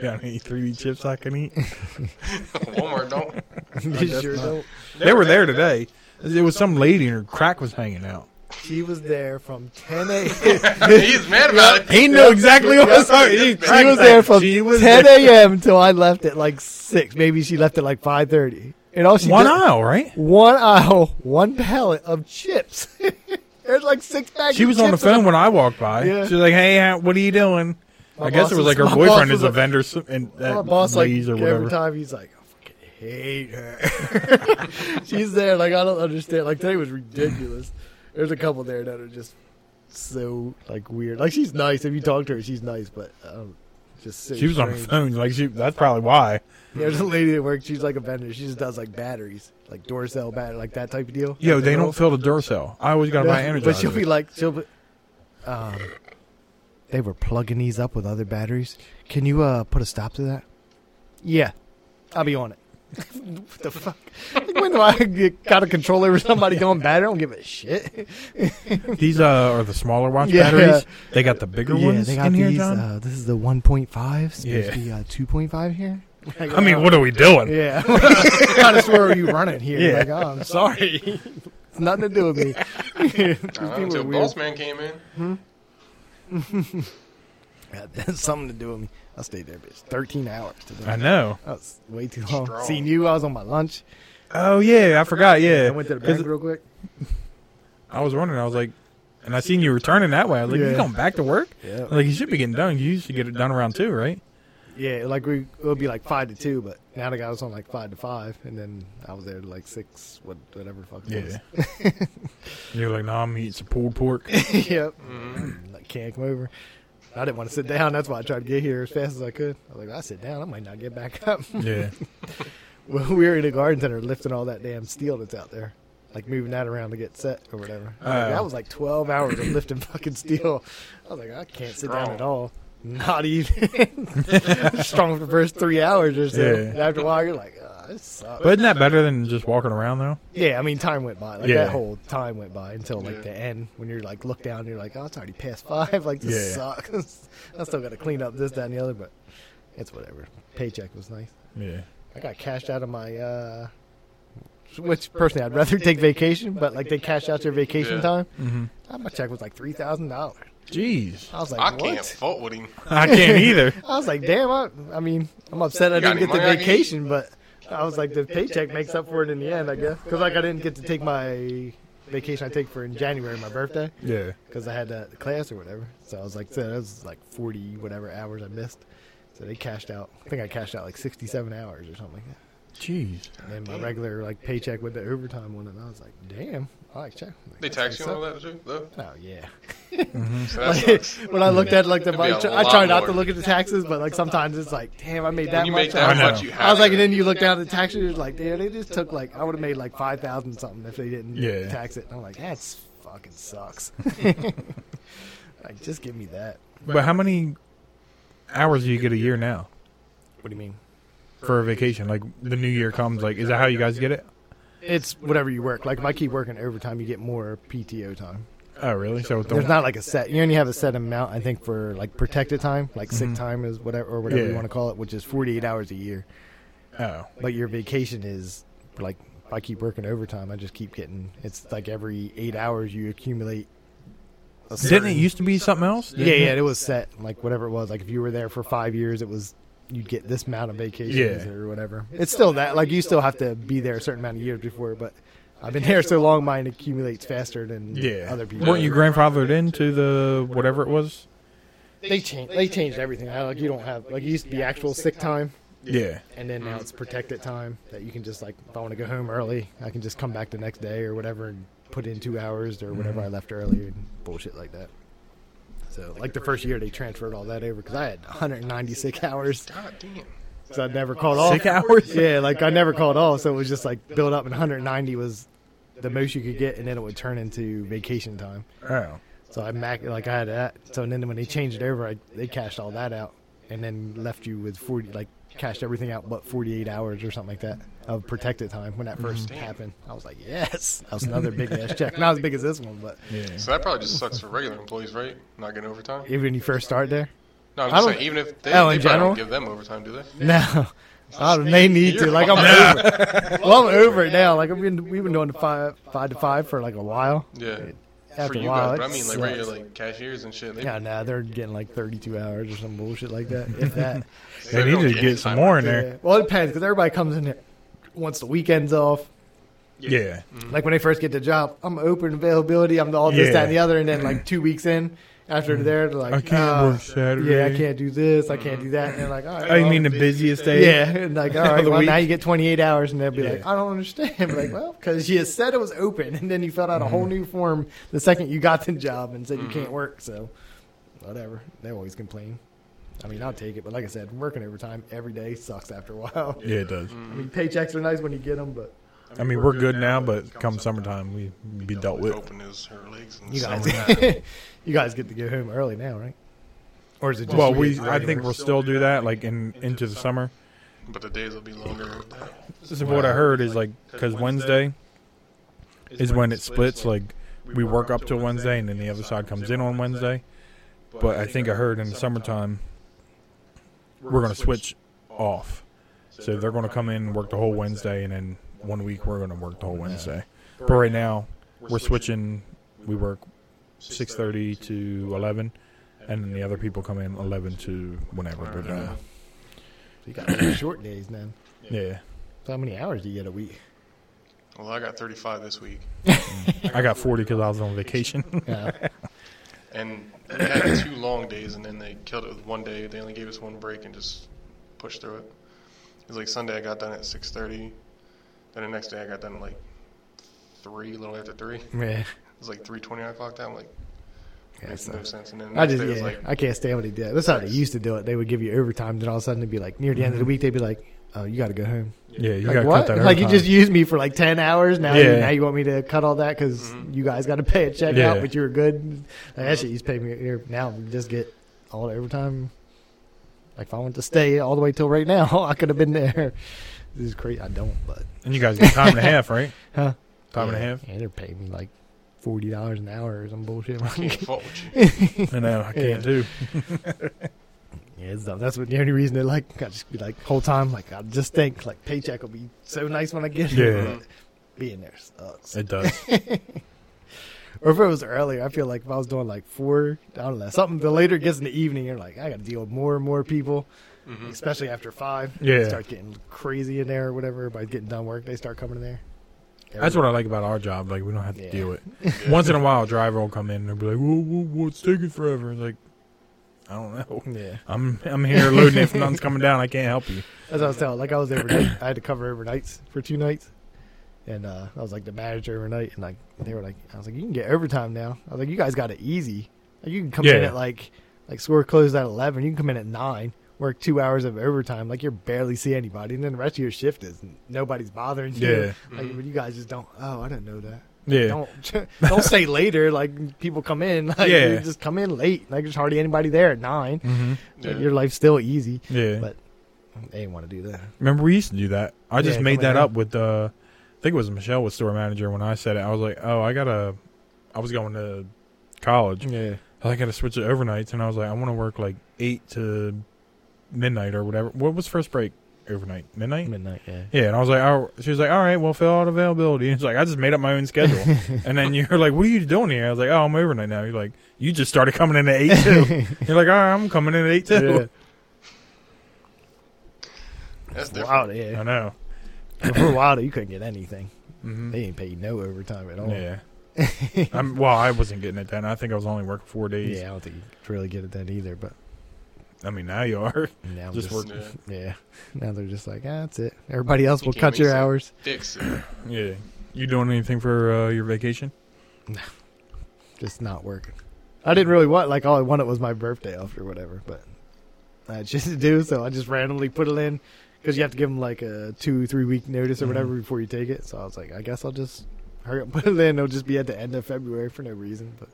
Got any 3D chips I can eat?
[LAUGHS] Walmart don't.
[LAUGHS]
[LAUGHS]
They
guess
sure
not.
don't.
They were there today. It was some lady and her crack was hanging out.
She was there from 10
[LAUGHS]
a.m.
He's mad about it.
He knew exactly what was
[LAUGHS]
happening.
She was there from
She was [LAUGHS]
10
there.
a.m. until I left at like six. Maybe she left at like 5:30. And all she
One
did,
aisle, right?
one aisle, [LAUGHS] one pallet of chips. [LAUGHS] There's like six packs.
She
of [LAUGHS]
was on the
chips in
phone when I walked by.
Yeah.
She was like, "Hey, how- what are you doing?"
My
I guess
boss
it was
is-
like her
my
boyfriend
boss
is a
was-
vendor s- and
my
that
boss like
Lay's or
every
whatever.
time he's like, I fucking hate her. [LAUGHS] She's there like I don't understand. Like today was ridiculous. There's a couple there that are just so like weird. Like she's nice. If you talk to her, she's nice, but um, just so
She was on the
strange.
phone. Like she, that's probably why.
There's a lady that works. She's like a vendor. She just does like batteries, like door cell battery, like that type of deal.
Yo, they
Girls.
don't fill the Duracell. I always gotta buy
Yeah,
energy.
But she'll be like, she'll be, um, they were plugging these up with other batteries. Can you uh put a stop to that? Yeah, I'll be on it. [LAUGHS] what the fuck? Like, when do I get, got a control over somebody going bad? I don't give a shit.
These uh, are the smaller watch
Yeah.
batteries. They got the bigger
yeah,
ones
they got
in here,
these.
John.
uh, this is the 1.5. Supposed
Yeah.
to be uh, 2.5 here. Like,
I mean,
uh,
what are we [LAUGHS] doing?
Yeah. [LAUGHS] kind of where are you running here?
Yeah.
Like, oh, I'm sorry. it's nothing to do with me. [LAUGHS] These
Uh,
people are
until
weird.
boss man came in.
Yeah, That's [LAUGHS] something to do with me. I stayed there, bitch. 13 hours today.
I know.
That was way too long.
Strong.
Seen you. I was on my lunch.
Oh yeah, I forgot. Yeah,
I went to the
'Cause
bank real quick.
I was wondering. I was like, and I seen you returning that way. I was like,
Yeah.
you going back to work?
Yeah.
Like you should be getting done. You used to get it done around two, right?
Yeah, like we it would be like five to two, but now the guy was on like five to five, and then I was there to like six, what whatever the fuck. It
You're like, nah, I'm eating some pulled pork.
was. [LAUGHS] yep. Mm-hmm. Like, can't come over. I didn't want to sit down. That's why I tried to get here as fast as I could. I was like, I sit down, I might not get back up.
yeah.
well, we were in the garden center lifting all that damn steel that's out there, like moving that around to get set or whatever. Like,
Oh.
that was like twelve hours of lifting fucking steel. I was like, I can't sit down
Strong.
at all. Not even [LAUGHS] strong for the first three hours or so.
Yeah.
And after a while, you're like, oh, this sucks.
But isn't that better than just walking around though?
yeah, I mean, time went by. Like
Yeah.
that whole time went by until like
Yeah.
the end when you're like, look down, you're like, oh, it's already past five. Like this
Yeah.
sucks. [LAUGHS] I still got to clean up this, that, and the other. But it's whatever. Paycheck was nice.
Yeah.
I got cashed out of my uh which personally I'd rather take vacation, but like they cashed out their vacation
Yeah.
time.
Mm-hmm.
My check was like three thousand dollars.
Jeez,
I was
I
like,
can't
what?
fault with him.
I can't either.
I was like, damn. I, I mean, I'm upset I
You got
didn't get the
any money I can
vacation, but I was like, the paycheck makes up for it in the end, I guess, because like I didn't get to take my vacation I take for in January, my birthday,
[LAUGHS] Yeah.
because I had that class or whatever. So I was like, so that was like forty whatever hours I missed. So they cashed out. I think I cashed out like sixty-seven hours or something like that.
Jeez.
And my regular like paycheck with the overtime on it. And I was like, damn, I like check. Like,
They
that's
tax you
what's
and all
up.
that too, though.
Oh yeah.
Mm-hmm.
So
[LAUGHS]
that
Like,
sucks.
when I looked at like the
It'd be
bike,
a
I
lot
try not to
more.
look at the taxes, but like sometimes it's like, damn, I made that
When you
much.
make that
I know.
much, you have
I was like,
to.
and then you look down at the taxes, you're like, damn, they just took like I would have made like five thousand something if they didn't
Yeah.
tax it. And I'm like, that's fucking sucks. like, just give me that.
But how many hours do you get a year now
What do you mean?
for a vacation? Like the new year comes. Like, is that how you guys get it?
It's whatever you work. Like if I keep working overtime, you get more PTO time.
Oh, really? So it
There's
don't-
not like a set. You only have a set amount, I think, for like protected time, like sick
Mhm.
time is whatever or whatever you
Yeah.
want to call it, which is 48 hours a year.
Oh,
But your vacation is like if I keep working overtime, I just keep getting. It's like every eight hours you accumulate. A
didn't
certain-
it used to be something else?
Yeah, yeah, it was set like whatever it was. Like if you were there for five years, it was you'd get this amount of vacations
Yeah.
or whatever. It's still that. Like you still have to be there a certain amount of years before, but. I've been [LAUGHS] there so long, mine accumulates faster than
Yeah.
other people.
Weren't you grandfathered into the whatever it was?
They changed. They changed everything. I, like you don't have like it used to be actual sick time,
Yeah.
and then now it's protected time that you can just like if I want to go home early, I can just come back the next day or whatever and put in two hours or whatever
Mm-hmm.
I left earlier and bullshit like that. So like the first year they transferred all that over because I had 196 hours
God damn.
because I never called off.
Sick hours.
[LAUGHS] Yeah, like I never called off, so it was just like built up, and 190 was the most you could get, and then it would turn into vacation time.
Oh.
So I mac like I had that. So then when they changed it over, I, they cashed all that out, and then left you with forty like cashed everything out but forty eight hours or something like that of protected time when that 1st
Mm-hmm.
happened. I was like, yes, that was another big ass check. Not as big as this one, but
Yeah.
So that probably just sucks for regular employees, right? Not getting overtime.
even when you first start there, [LAUGHS]
No, I'm
I
just
don't-
saying, even if they,
Oh,
they
in
probably
general?
don't give them overtime, do they?
No. I don't, they need to. Like I'm over. it. Well, I'm over it now. Like I've been, we've been doing the five, five to five for like a while.
Yeah.
After
For
a
you
while,
guys, but I
it
mean, like
sucks.
regular like cashiers and shit. They,
Yeah, nah, they're getting like 32 hours or some bullshit like that. If that.
they
They
don't
need to
get any
get some
time
more in
off.
there.
Yeah. Well, it depends because everybody comes in here once the weekend's off.
Yeah.
Like when they first get the job, I'm open availability. I'm all this,
Yeah. Mm-hmm.
that, and the other. And then like two weeks in, after they're there, they're like,
I can't
"Uh,
work Saturday. Mm-hmm.
Yeah, I can't do this. I can't do that. And they're like, all right.
I
well,
mean the busiest day.
yeah, and
[LAUGHS]
like all right.
the
Well, now
week.
you get 28 hours, and they'll be like,
Yeah.
I don't understand. [LAUGHS] But like, well, because you said it was open, and then you filled out a
Mm-hmm.
whole new form the second you got the job and said you can't work. So, whatever. They always complain. I mean, I'll take it, but like I said, working overtime every day sucks after a while.
Yeah, it does.
I mean, paychecks are nice when you get them, but
I mean, we're good now, but come summertime, we be dealt with.
Open his her legs and
you guys,
summer.
[LAUGHS] you guys get to go home early now, right? Or is it just
Well,
you
we
get
I
early
think
work?
we'll still do that, like in into the summer.
but the days will be longer. with that.
This is what I heard is like because Wednesday is when it splits. Like we work up till Wednesday, and then the other side comes in on Wednesday. But I think I heard in the summertime we're going to switch off. So they're going to come in and work the whole Wednesday, and then one week we're going to work the whole Wednesday. But right now we're switching. We work six thirty to eleven, and then the other people come in eleven to whenever uh, they're done.
you got really short days, man.
Yeah,
So how many hours do you get a [LAUGHS] week?
Well, I got 35 this week,
I got forty because I was on vacation. [LAUGHS]
Yeah.
and we had [COUGHS] two long days, and then they killed it with one day. They only gave us one break and just pushed through it. It was like Sunday. I got done at 6:30. Then the next day, I got done at like three, a little after three. It
yeah.
was like 3:20 I clocked out. I'm like,
Yeah,
makes
so-
no sense. And then the
I
next
just
day
yeah,
was like,
I can't stand what they did. That's how they used to do it. They would give you overtime, then all of a sudden it'd be like near the end of the week they'd be like, "Oh, you got to go home."
Yeah, you
like
got to
what?
cut that.
like you
overtime.
just used me for like ten hours. Now, you,
Yeah.
now you want me to cut all that because you guys got to pay a check out,
Yeah.
but you were good. Like, that shit used to pay me here. Now we just get all the overtime. Like if I wanted to stay all the way till right now, [LAUGHS] I could have been there. This is crazy. I don't, but
And you guys get time and a half, right?
Huh?
Time
yeah,
and a
Yeah, they're paying me like forty dollars an hour or some
[LAUGHS]
bullshit. [LAUGHS]
I [LAUGHS] can't fault you.
half. And I can't
Yeah.
do.
Yeah, it's dumb. That's what the only reason they like. I just be like whole time, like I just think like paycheck will be so nice when I get it.
Yeah.
Mm-hmm.
But being there sucks.
It does.
[LAUGHS] Or if it was earlier, I feel like if I was doing like four, I don't know, something. The later it gets in the evening, you're like, I got to deal with more and more people,
Mm-hmm.
especially after five.
Yeah.
it starts getting crazy in there or whatever. Everybody's getting done work, they start coming in there.
That's what I like about our job. Like we don't have to
Yeah.
deal with.
[LAUGHS]
it. Once in a while, a driver will come in and they'll be like, "Whoa, whoa, what's taking forever?" It's like, I don't know.
Yeah,
[LAUGHS] I'm I'm here loading. if nothing's coming down, I can't help you.
As I was telling, like I was overnight. I had to cover overnights for two nights, and uh, I was like the manager overnight, and like they were like, I was like, you can get overtime now. I was like, you guys got it easy. Like you can come in
Yeah.
at like like score closed at eleven. You can come in at nine, work two hours of overtime. Like you barely see anybody, and then the rest of your shift is nobody's bothering you.
Yeah.
Like but you guys just don't. Oh, I didn't know that.
Yeah,
Don't [LAUGHS] don't say later. Like people come in. [LAUGHS] Like,
Yeah.
you just come in late. Like there's hardly anybody there at nine.
hmm
Like,
Yeah.
your life's still easy.
yeah.
But they didn't want to do that.
Remember we used to do that. I just
Yeah,
made
coming
that
down.
up with. Uh, I think it was Michelle was store manager when I said it. I was like, "Oh, I gotta." I was going to college.
Yeah.
I gotta switch to overnights, and I was like, I want to work like eight to midnight or whatever. What was first break? Overnight, midnight.
Midnight, yeah. [LAUGHS]
Yeah, and I was like, oh, she was like, all right, well, fill out availability. And it's like, I just made up my
[LAUGHS]
own schedule. and then you're like, what are you doing here? I was like, oh, I'm overnight now. You're like, you just started coming in at 8
[LAUGHS]
too. you're like, all right, I'm coming in at 8 too.
That's different.
Wild, yeah.
I know.
And for a while, you couldn't get anything.
hmm
They didn't pay you no overtime at all. [LAUGHS]
Yeah. I'm, well, I wasn't getting it then. I think I was only working four days.
Yeah, I don't think you could really get it then either. But
I mean, now you are. [LAUGHS]
now
Just
just,
work-
Yeah.
[LAUGHS] Yeah, now they're just like, ah, that's it. Everybody else
You
will
can't
cut
make
your
sense.
hours.
Dicks.
[COUGHS]
Yeah. You doing anything for uh, your vacation?
Just not working. I didn't really want like all I wanted was my birthday off or whatever, but I had shit to do, so I just randomly put it in because you have to give them like a two three week notice or whatever before you take it. So I was like, I guess I'll just hurry up and [LAUGHS] put it in. It'll just be at the end of February for no reason, but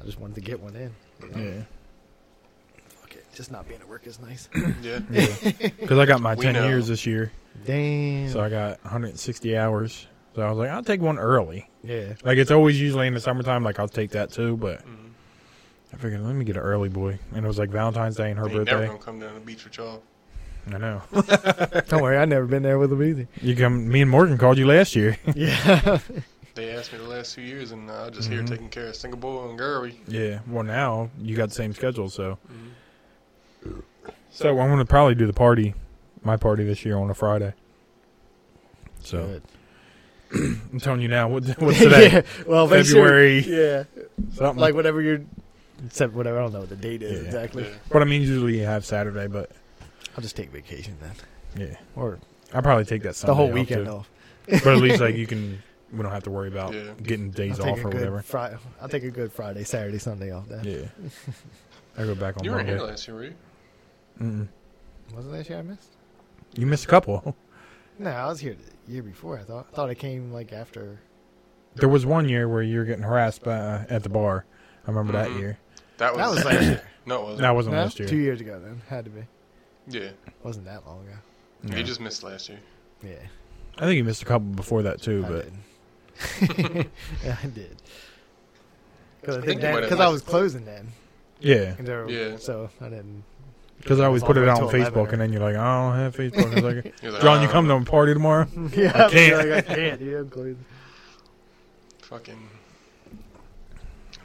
I just wanted to get one in. you know?
Yeah.
Fuck it. Just not being at work is [COUGHS] nice.
Yeah.
Because I got my
We
10
know.
years this year.
Damn.
So I got 160 hours. So I was like, I'll take one early.
Yeah.
Mm-hmm.
Like it's always usually in the summertime. Like I'll take that too, but I figured, let me get an early boy, and it was like Valentine's Day and her
They ain't never
birthday.
gonna come down the beach with y'all.
I know.
[LAUGHS]
[LAUGHS]
Don't worry, I've never been there with them either.
You come. Me and Morgan called you last year. [LAUGHS]
Yeah.
They asked me the last two years, and I was just
Mm-hmm.
Mhm.
here taking care of Singapore and Gary.
yeah. Well, now you got the same schedule, so
Mhm.
so I'm gonna probably do the party, my party this year on a Friday. So
[LAUGHS]
I'm telling you now. What, what's today?
yeah. Well, make sure-
February.
yeah.
Something.
Like whatever you're. Except whatever. I don't know what the date is
Yeah.
exactly.
Yeah.
but I mean, usually you have Saturday, but
I'll just take vacation then.
yeah,
Or
I'll probably take that Sunday
the whole
off,
weekend
too.
off.
but at
[LAUGHS]
least like you can, we don't have to worry about
Yeah.
getting days
I'll take
off
a
or
good
whatever.
Fri- I'll take a good Friday, Saturday, Sunday off then.
Yeah. I go back on
You weren't
Monday.
here last year, were you?
Mm-mm.
Wasn't that year I missed?
You missed a couple.
No, I was here the year before. I thought. I thought I came like after.
There was one year where you were getting harassed by uh, at the bar. I remember
Mhm.
that year.
That was,
That was last year.
[COUGHS] no, it wasn't.
That wasn't
No?
last year.
Two years ago then. Had to be.
Yeah,
Wasn't that long ago.
No.
you just missed last year.
Yeah.
I think you missed a couple before that too.
I
But
did. yeah, [LAUGHS] I did. Because I,
think you
think
might
that-
have
'cause I
missed-
was closing then.
yeah,
And there,
Yeah.
So I didn't. [LAUGHS]
because I always
It's
put
all
it
the way
out on
till 11
Facebook,
or-
and then you're like, I don't have Facebook. And it's [LAUGHS] like,
You're like,
John, you
"Ah,
come to a party tomorrow?
yeah, I'd be
can't.
Like, I can't. dude, I'm closing.
Fucking. I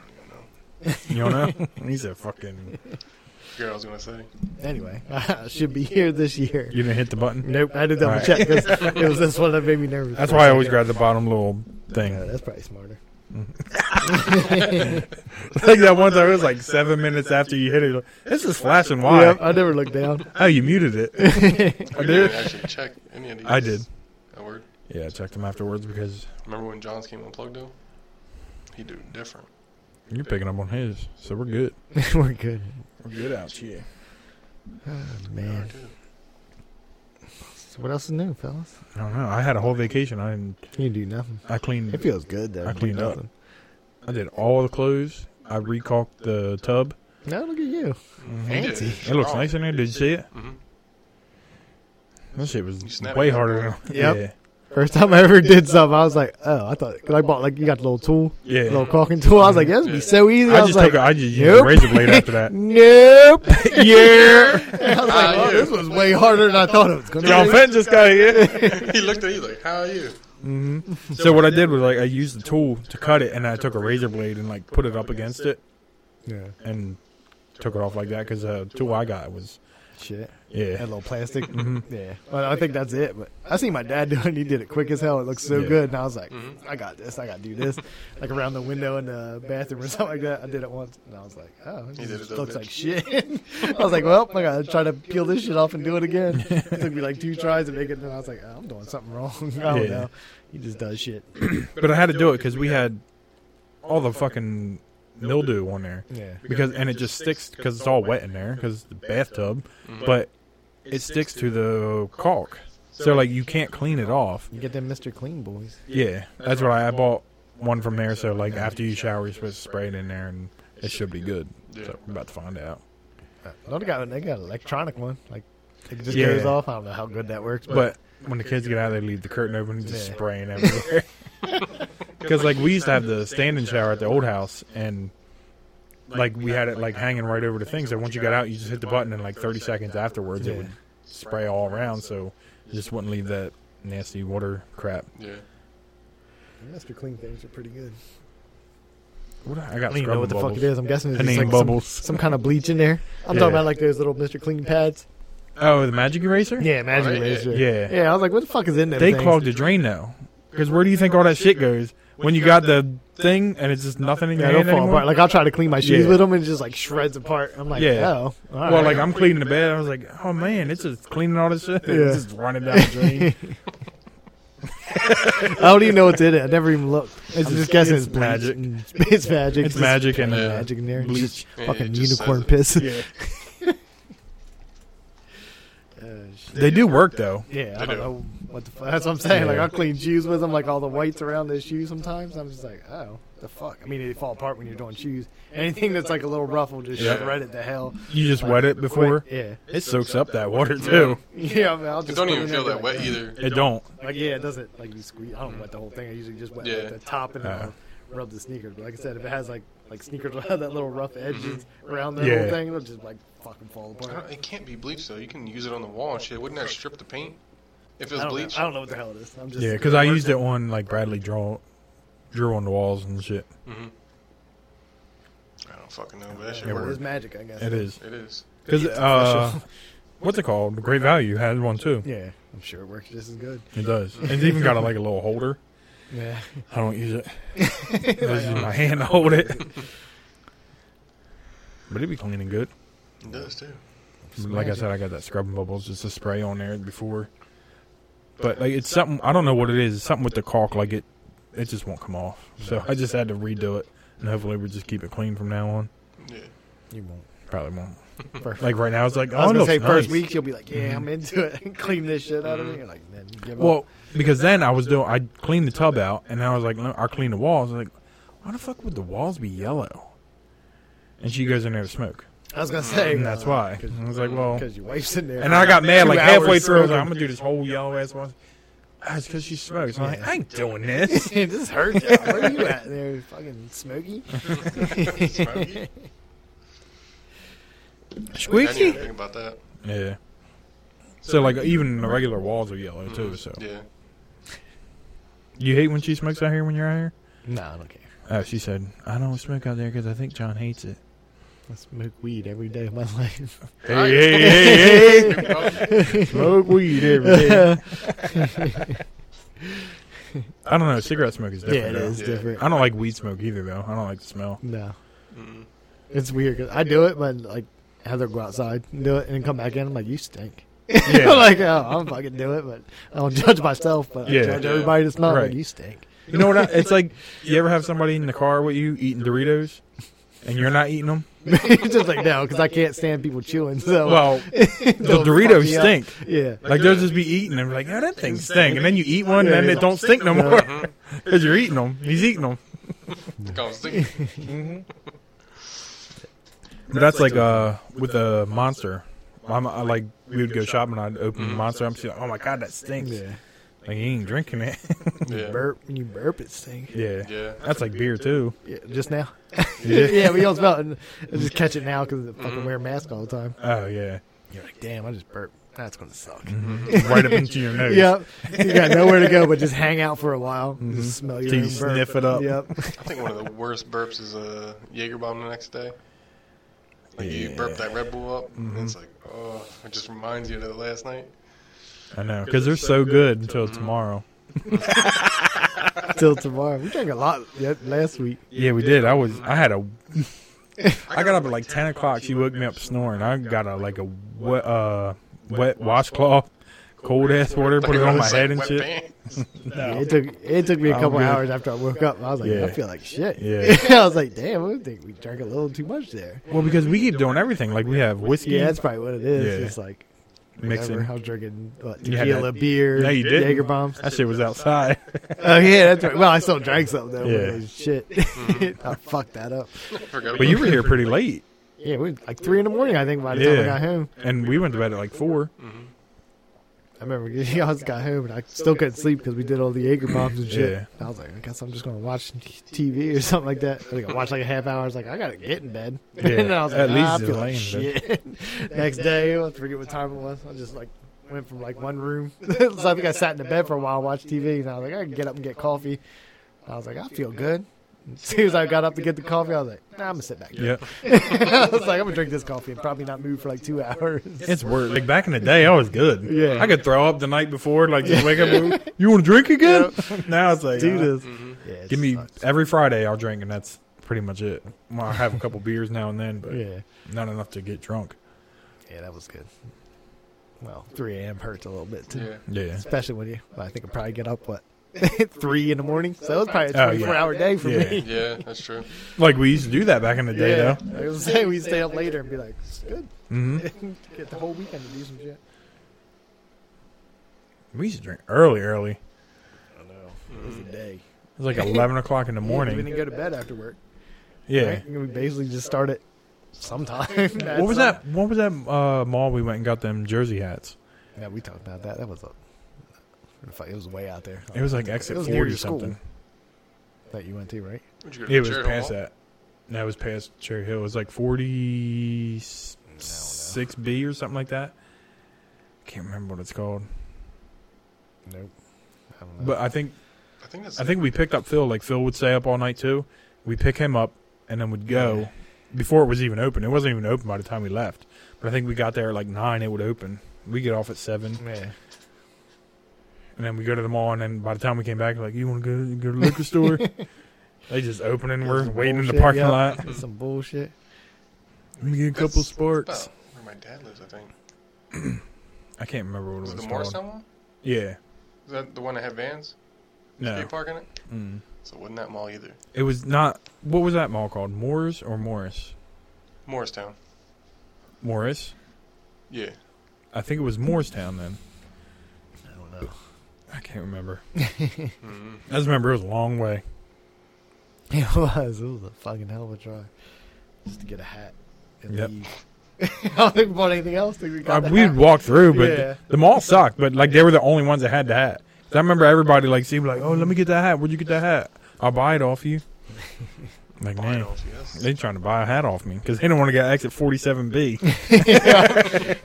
don't even know.
You don't know? [LAUGHS] He's a fucking.
Forget what I was gonna say.
Anyway, [LAUGHS] I should be here this year.
You didn't hit the button.
Nope, I had to double
All
check. 'cause it
[LAUGHS]
was this one that made me nervous.
That's
for a
why I always
second.
grab the bottom little thing.
Yeah, that's probably
[LAUGHS]
smarter.
like that one time, it was like seven minutes after you hit it. like, This is flashing
Yeah,
wide.
I never looked
[LAUGHS]
down.
Oh, you muted it.
I
did.
didn't actually check any of these.
I did.
That word.
Yeah, I checked them afterwards because
Remember when John's came unplugged though? He do different.
you're picking up on his, so we're good.
We're good. Oh,
We're good out here.
Yeah, I
Man,
do.
so what else is new, fellas?
I don't know. I had a whole vacation. I didn't,
You do nothing.
I cleaned.
It feels good though.
I
to do
cleaned up.
nothing.
I did all the clothes. I recalked the tub.
No, look at
[LAUGHS]
you.
He did.
Fancy.
Mm-hmm. It looks nice in there. Did you see it?
Mhm.
That shit was
You snapped
way
it.
harder.
[LAUGHS]
Than,
Yep. First time I ever did something, I was like, oh, I thought because I bought like you got the little tool,
Yeah.
little
yeah.
caulking tool. I was like, yeah, this would be so easy.
I
was
just
like,
took. A, I just used
nope.
a razor blade
[LAUGHS]
after that. [LAUGHS]
Nope. yeah. I was
Ah,
like, oh,
yeah.
this was way harder than I thought it was going
John
to
Fenton just got here.
[LAUGHS] [LAUGHS] he looked at you like, "How are you?"
hmm So what I did was like I used the tool to cut it, and I took a razor blade and like put it up against it
be. Yeah.
and took it off like that because the tool I got was
Shit. That
yeah.
little plastic.
Mhm.
[LAUGHS] Yeah. Well, I think that's it. But I seen my dad [LAUGHS] do it. and He did it quick as hell. It looks so
Yeah.
good. And I was like,
Mhm.
I got this. I got to do this. [LAUGHS] like around the window in the bathroom or something like that. I did it once. And I was like, oh,
He
this
did it, though,
looks
bitch.
like shit. [LAUGHS] I was like, well, I got to try to peel this shit off and do it again. it took me like two tries to make it. And then I was like, oh, I'm doing something wrong. [LAUGHS] I don't
Yeah.
know. He just does shit.
But I had to do it because we had all the fucking mildew on there
Yeah.
because and it just sticks because it's all wet in there because the bathtub, Mm-hmm. but it sticks to the caulk. So like you can't clean it off.
You get them Mr. Clean boys.
Yeah, that's what I, I bought one from there. So like after you shower, you're supposed to spray it in there, and it should be good.
Yeah.
So we're about to find out.
No, they got they got an electronic one. Like it just
Yeah.
goes off. I don't know how good that works, but,
But when the kids get out, they leave the curtain open, just
Yeah.
spraying everywhere. [LAUGHS] Because like we used to have the standing shower at the old house, and like we had it like hanging right over the thing. So once you got out, you just hit the button, and like 30 seconds afterwards, it
Yeah.
would spray all around. So you just wouldn't leave that nasty water crap.
yeah,
Mr. Clean things are pretty good.
What I
I
got
don't even know what
scrubbing
the fuck
bubbles.
it is. I'm guessing it's
I
just
need
like some,
bubbles.
some kind of bleach in there. I'm
Yeah.
talking about like those little Mr. Clean pads.
Oh, the magic eraser.
Yeah, Magic
Right,
Eraser.
yeah.
yeah. I was like, what the fuck is in there?
They clogged the drain though, because where do you think all that shit goes? When you got the thing and it's just nothing in your
Yeah, they'll
hand
fall
anymore.
apart. Like I'll try to clean my shoes
Yeah.
with them, and it just like shreds apart. I'm like,
Yeah.
yeah. oh, all
Well,
right.
like I'm cleaning the bed, I was like, oh man, it's just cleaning all this shit.
Yeah.
It's just running down the drain.
[LAUGHS] I don't even know what's in it. I never even looked. I'm just,
just-
guessing
it's
it's,
magic.
magic. [LAUGHS] It's magic.
it's magic and
Yeah.
uh,
Magic in there. It's
bleach.
Just
Yeah,
fucking
it just says
unicorn
it.
piss.
Yeah.
[LAUGHS] Uh, shit.
[LAUGHS] They do work though.
Yeah, I
They
don't
do.
know what the fuck. That's what I'm saying. Like
Yeah.
I'll clean shoes with them, like all the whites around the shoes. Sometimes I'm just like, oh, the fuck. I mean, they fall apart when you're doing shoes. Anything that's like a little rough will just
Yeah.
shred it to hell.
You just wet it before.
Quick. Yeah, [LAUGHS]
It soaks up that water too.
yeah. I mean, I'll just
it don't
put
even
in
feel
there,
that
like,
wet either.
It don't.
Like yeah, it doesn't like you squeeze. I don't wet the whole thing. I usually just wet
Yeah.
like, the top and then
Uh.
I'll rub the sneakers. But like I said, if it has like Like sneakers will have [LAUGHS] that little rough edges around the
Yeah.
whole thing. It'll just like fucking fall
I
apart.
don't- Mm-hmm. It can't be bleach though. You can use it on the wall and shit. Wouldn't that strip the paint?
I
If it's
don't, know,
bleach,
I don't know what the hell it is. I'm just
Yeah, because I used it on like Bradley draw, drew on the walls and shit.
I don't fucking know. But that shit
It
It
works.
is magic, I guess.
It is
It is.
[LAUGHS] because uh, what's it called? The Great Value has one too.
Yeah, I'm sure it works just as good.
It does. It's even got a, like a little holder.
[LAUGHS] Yeah.
I don't use it. I just use my hand to hold [LAUGHS] it. But it be clean and good.
It does too.
Like I said, I got that scrubbing bubbles, just a spray on there before. But like it's something I don't know what it is. It's something with the caulk, like it, it just won't come off. So I just had to redo it, and hopefully we just keep it clean from now on.
Yeah.
You won't.
Probably won't.
First,
Like right now, it's like oh,
I was
it
gonna say
looks
first
nice. Mm-hmm.
week you'll be like, yeah, I'm into it, [LAUGHS] and clean this shit out of me. You're like, man, you give up.
Well, because then I was doing, I cleaned the tub out, and I was like, no, I cleaned the walls. I was like, why the fuck would the walls be yellow? And she goes in there to smoke,
I was gonna say uh,
and that's why. And I was like, well,
because your wife's in there.
and I got mad
Two
like halfway
hours
through. I was
smoking.
like, I'm gonna do this whole yellow ass one. Ah, It's because she smokes. I'm like, I ain't doing this.
[LAUGHS] this is her
[LAUGHS]
job. Where are you at there, fucking
[LAUGHS]
Smokey?
Smokey? I didn't
Squeaky.
even think about that.
Yeah. So like Mm-hmm. even the regular walls are yellow too. So
Yeah. [LAUGHS]
you hate when she smokes out here when you're out here.
no, I don't care.
Oh, she said, I don't smoke out there because I think John hates it.
I smoke weed every day of my life.
Hey, hey, hey, hey. [LAUGHS]
Oh,
Smoke [LAUGHS] weed every day. [LAUGHS] I don't know. Cigarette smoke is
yeah,
different.
it
though.
is
Yeah.
different.
I don't like weed smoke either, though. I don't like the smell.
No,
mm-hmm.
it's weird 'cause I do it, but like have her go outside and do it, and then come back in. I'm like, you stink. [LAUGHS]
Yeah.
like, oh, I'm fucking do it, but I don't judge myself, but
Yeah.
I judge everybody that's not.
Right.
Like, you stink. [LAUGHS]
You know what? I, it's like [LAUGHS] you ever have somebody in the car with you eating Doritos, and you're not eating them.
it's just like no, because I can't stand people chewing. So
[LAUGHS] Well, the
They'll
Doritos
fuck me up.
stink.
Yeah.
Like they'll just be eating, and be like, "Yeah, that thing stink." And then you eat one,
Yeah,
and
yeah.
it don't stink no
No.
more [LAUGHS] because you're eating them. He's eating them.
I was
[LAUGHS]
thinking.
But that's like uh with a monster. I'm, I like we would go shopping. I'd open the monster. I'm just like, "Oh my god, that stinks."
Yeah.
Like you ain't drinking it. [LAUGHS]
Yeah.
Burp when you burp, it stinks.
yeah.
Yeah.
That's like beer too.
Yeah, just now.
[LAUGHS] Yeah.
Yeah, we all smell it. And I just catch it now because I fucking wear a mask all the time.
Oh [LAUGHS] yeah.
You're like, damn, I just burped. That's gonna suck.
right up into your nose.
Mm-hmm. Yep. You got nowhere to go but just hang out for a while. Just smell your
Mm-hmm. Till you
own burp.
sniff it up.
Yep.
I think one of the worst burps is a Jaeger bomb the next day. Like you
Yeah. Mm-hmm.
burp that Red Bull up, and it's like, oh, it just reminds you of that last night.
I know because they're so good Mm-hmm. until tomorrow.
Till tomorrow. We drank a lot yet last week.
Yeah, we did. I was. I
[LAUGHS]
had a. I got up at like ten o'clock. She woke me up snoring. I got a like a wet, uh, wet washcloth, cold ass water, put it on my
It's like
head and
wet
shit.
pants. [LAUGHS]
Yeah, it took it took me a
I'm
couple
good.
hours after I woke up. I was like,
Oh, Yeah.
I feel like shit.
Yeah.
[LAUGHS] I was like, damn, I think we drank a little too much there.
Well, because we keep doing everything. Like we have whiskey
Yeah, that's probably what it is.
Yeah.
It's like
mixing.
Whatever. I was drinking what,
You had that-
tequila, beer,
No, you didn't.
Jaeger bombs.
That shit was
[LAUGHS]
outside.
[LAUGHS] Oh yeah, that's right. Well, I still drank something though.
Yeah.
but Shit, [LAUGHS] I fucked that up.
I forgot
But you
about
were here pretty late,
Yeah, we were like three in the morning. I think by the time
Yeah.
I got home,
and we went to bed at like four.
I remember [LAUGHS] I just got home and I still couldn't sleep because we did all the Jaeger bombs and shit.
Yeah.
And I was like, I guess I'm just gonna watch [LAUGHS] TV or something like that. I think I watched like a half hour. I was like, I gotta get in bed. [LAUGHS]
Yeah,
and then I was like,
at least
nah, I
it's
feel like
lame,
shit. [LAUGHS] Next day, I forget what time it was. I just like went from like one room. [LAUGHS] so I think I sat in the bed for a while, watched TV, and I was like, I can get up and get coffee. I was like, I feel good. [LAUGHS] As soon as I got up to get the coffee, I was like, nah, I'm gonna sit back. [LAUGHS] down.
Yeah,
I was like, I'm gonna drink this coffee and probably not move for like two [LAUGHS] hours.
it's worth. Like back in the day, I was good.
Yeah.
I could throw up the night before, like just wake
[LAUGHS]
up. and go, You want to drink again? Now it's like
Do
uh,
this. Yeah, it
Give me
sucks.
every Friday. I'll drink, and that's pretty much it. Well, I have a couple beers now and then, but
Yeah,
not enough to get drunk.
yeah, that was good. Well, 3 a.m. hurts a little bit too,
Yeah.
Yeah,
especially when you. Well, I think I probably get up what [LAUGHS] three in the morning, so it was probably a
Oh, yeah.
24 hour day for
Yeah.
me.
Yeah, that's true.
like we used to do that back in the day,
Yeah,
though.
I was saying we stay up later and be like, it's good. [LAUGHS]
hmm
Get the whole weekend to do some shit.
We used to drink early, early. It
I know. It was a day. [LAUGHS]
was like eleven o'clock in the
We
morning.
didn't go to bed after work.
Yeah.
right? We basically just start it sometime. [LAUGHS]
What was that? What was that uh, mall we went and got them jersey hats?
Yeah, we talked about that. That was a. in fact, It was way out there.
It was like exit
was near
forty or
your school.
something.
that you went to, right?
Would you go to
It was
Jared
past
Hall?
that. that was past Cherry Hill. It was like forty six B or something like that. Can't remember what it's called,
Nope. I don't know.
but I think
I think that's.
I think we picked up Phil. Like Phil would stay up all night too. We would pick him up and then would go before it was even open. It wasn't even open by the time we left. But I think we got there at like nine. It would open. We get off at seven,
yeah.
and then we go to the mall. And then by the time we came back, like you want to go go to the liquor store? they just open and we're
Some
waiting in the
bullshit,
parking
yeah.
lot.
That's some bullshit.
Let me get a couple
That's-
sports.
about where my dad lives, I think.
I can't remember what it
Was it
was
the
called.
Morristown one?
Yeah.
Is that the one that had vans?
No.
Skate park in it?
Mm.
So it wasn't that mall either.
It was not. What was that mall called? Moore's or Morris?
Morristown.
Morris.
Yeah.
I think it was Morristown then.
I don't know.
I can't remember.
Mm-hmm.
I just remember it was a long way.
[LAUGHS] It was. It was a fucking hell of a drive. Just to get a hat and
Yep.
leave. [LAUGHS] I don't think we bought anything else. Think we got
Uh,
the
we'd
hat.
walk through, but
Yeah.
the mall sucked. But like they were the only ones that had the hat. 'Cause I remember everybody like seemed like, "Oh, let me get that hat. Where'd you get that hat? I'll buy it
[LAUGHS]
off you." I'm like man, they trying to buy a hat off me because they don't want to get exit 47B.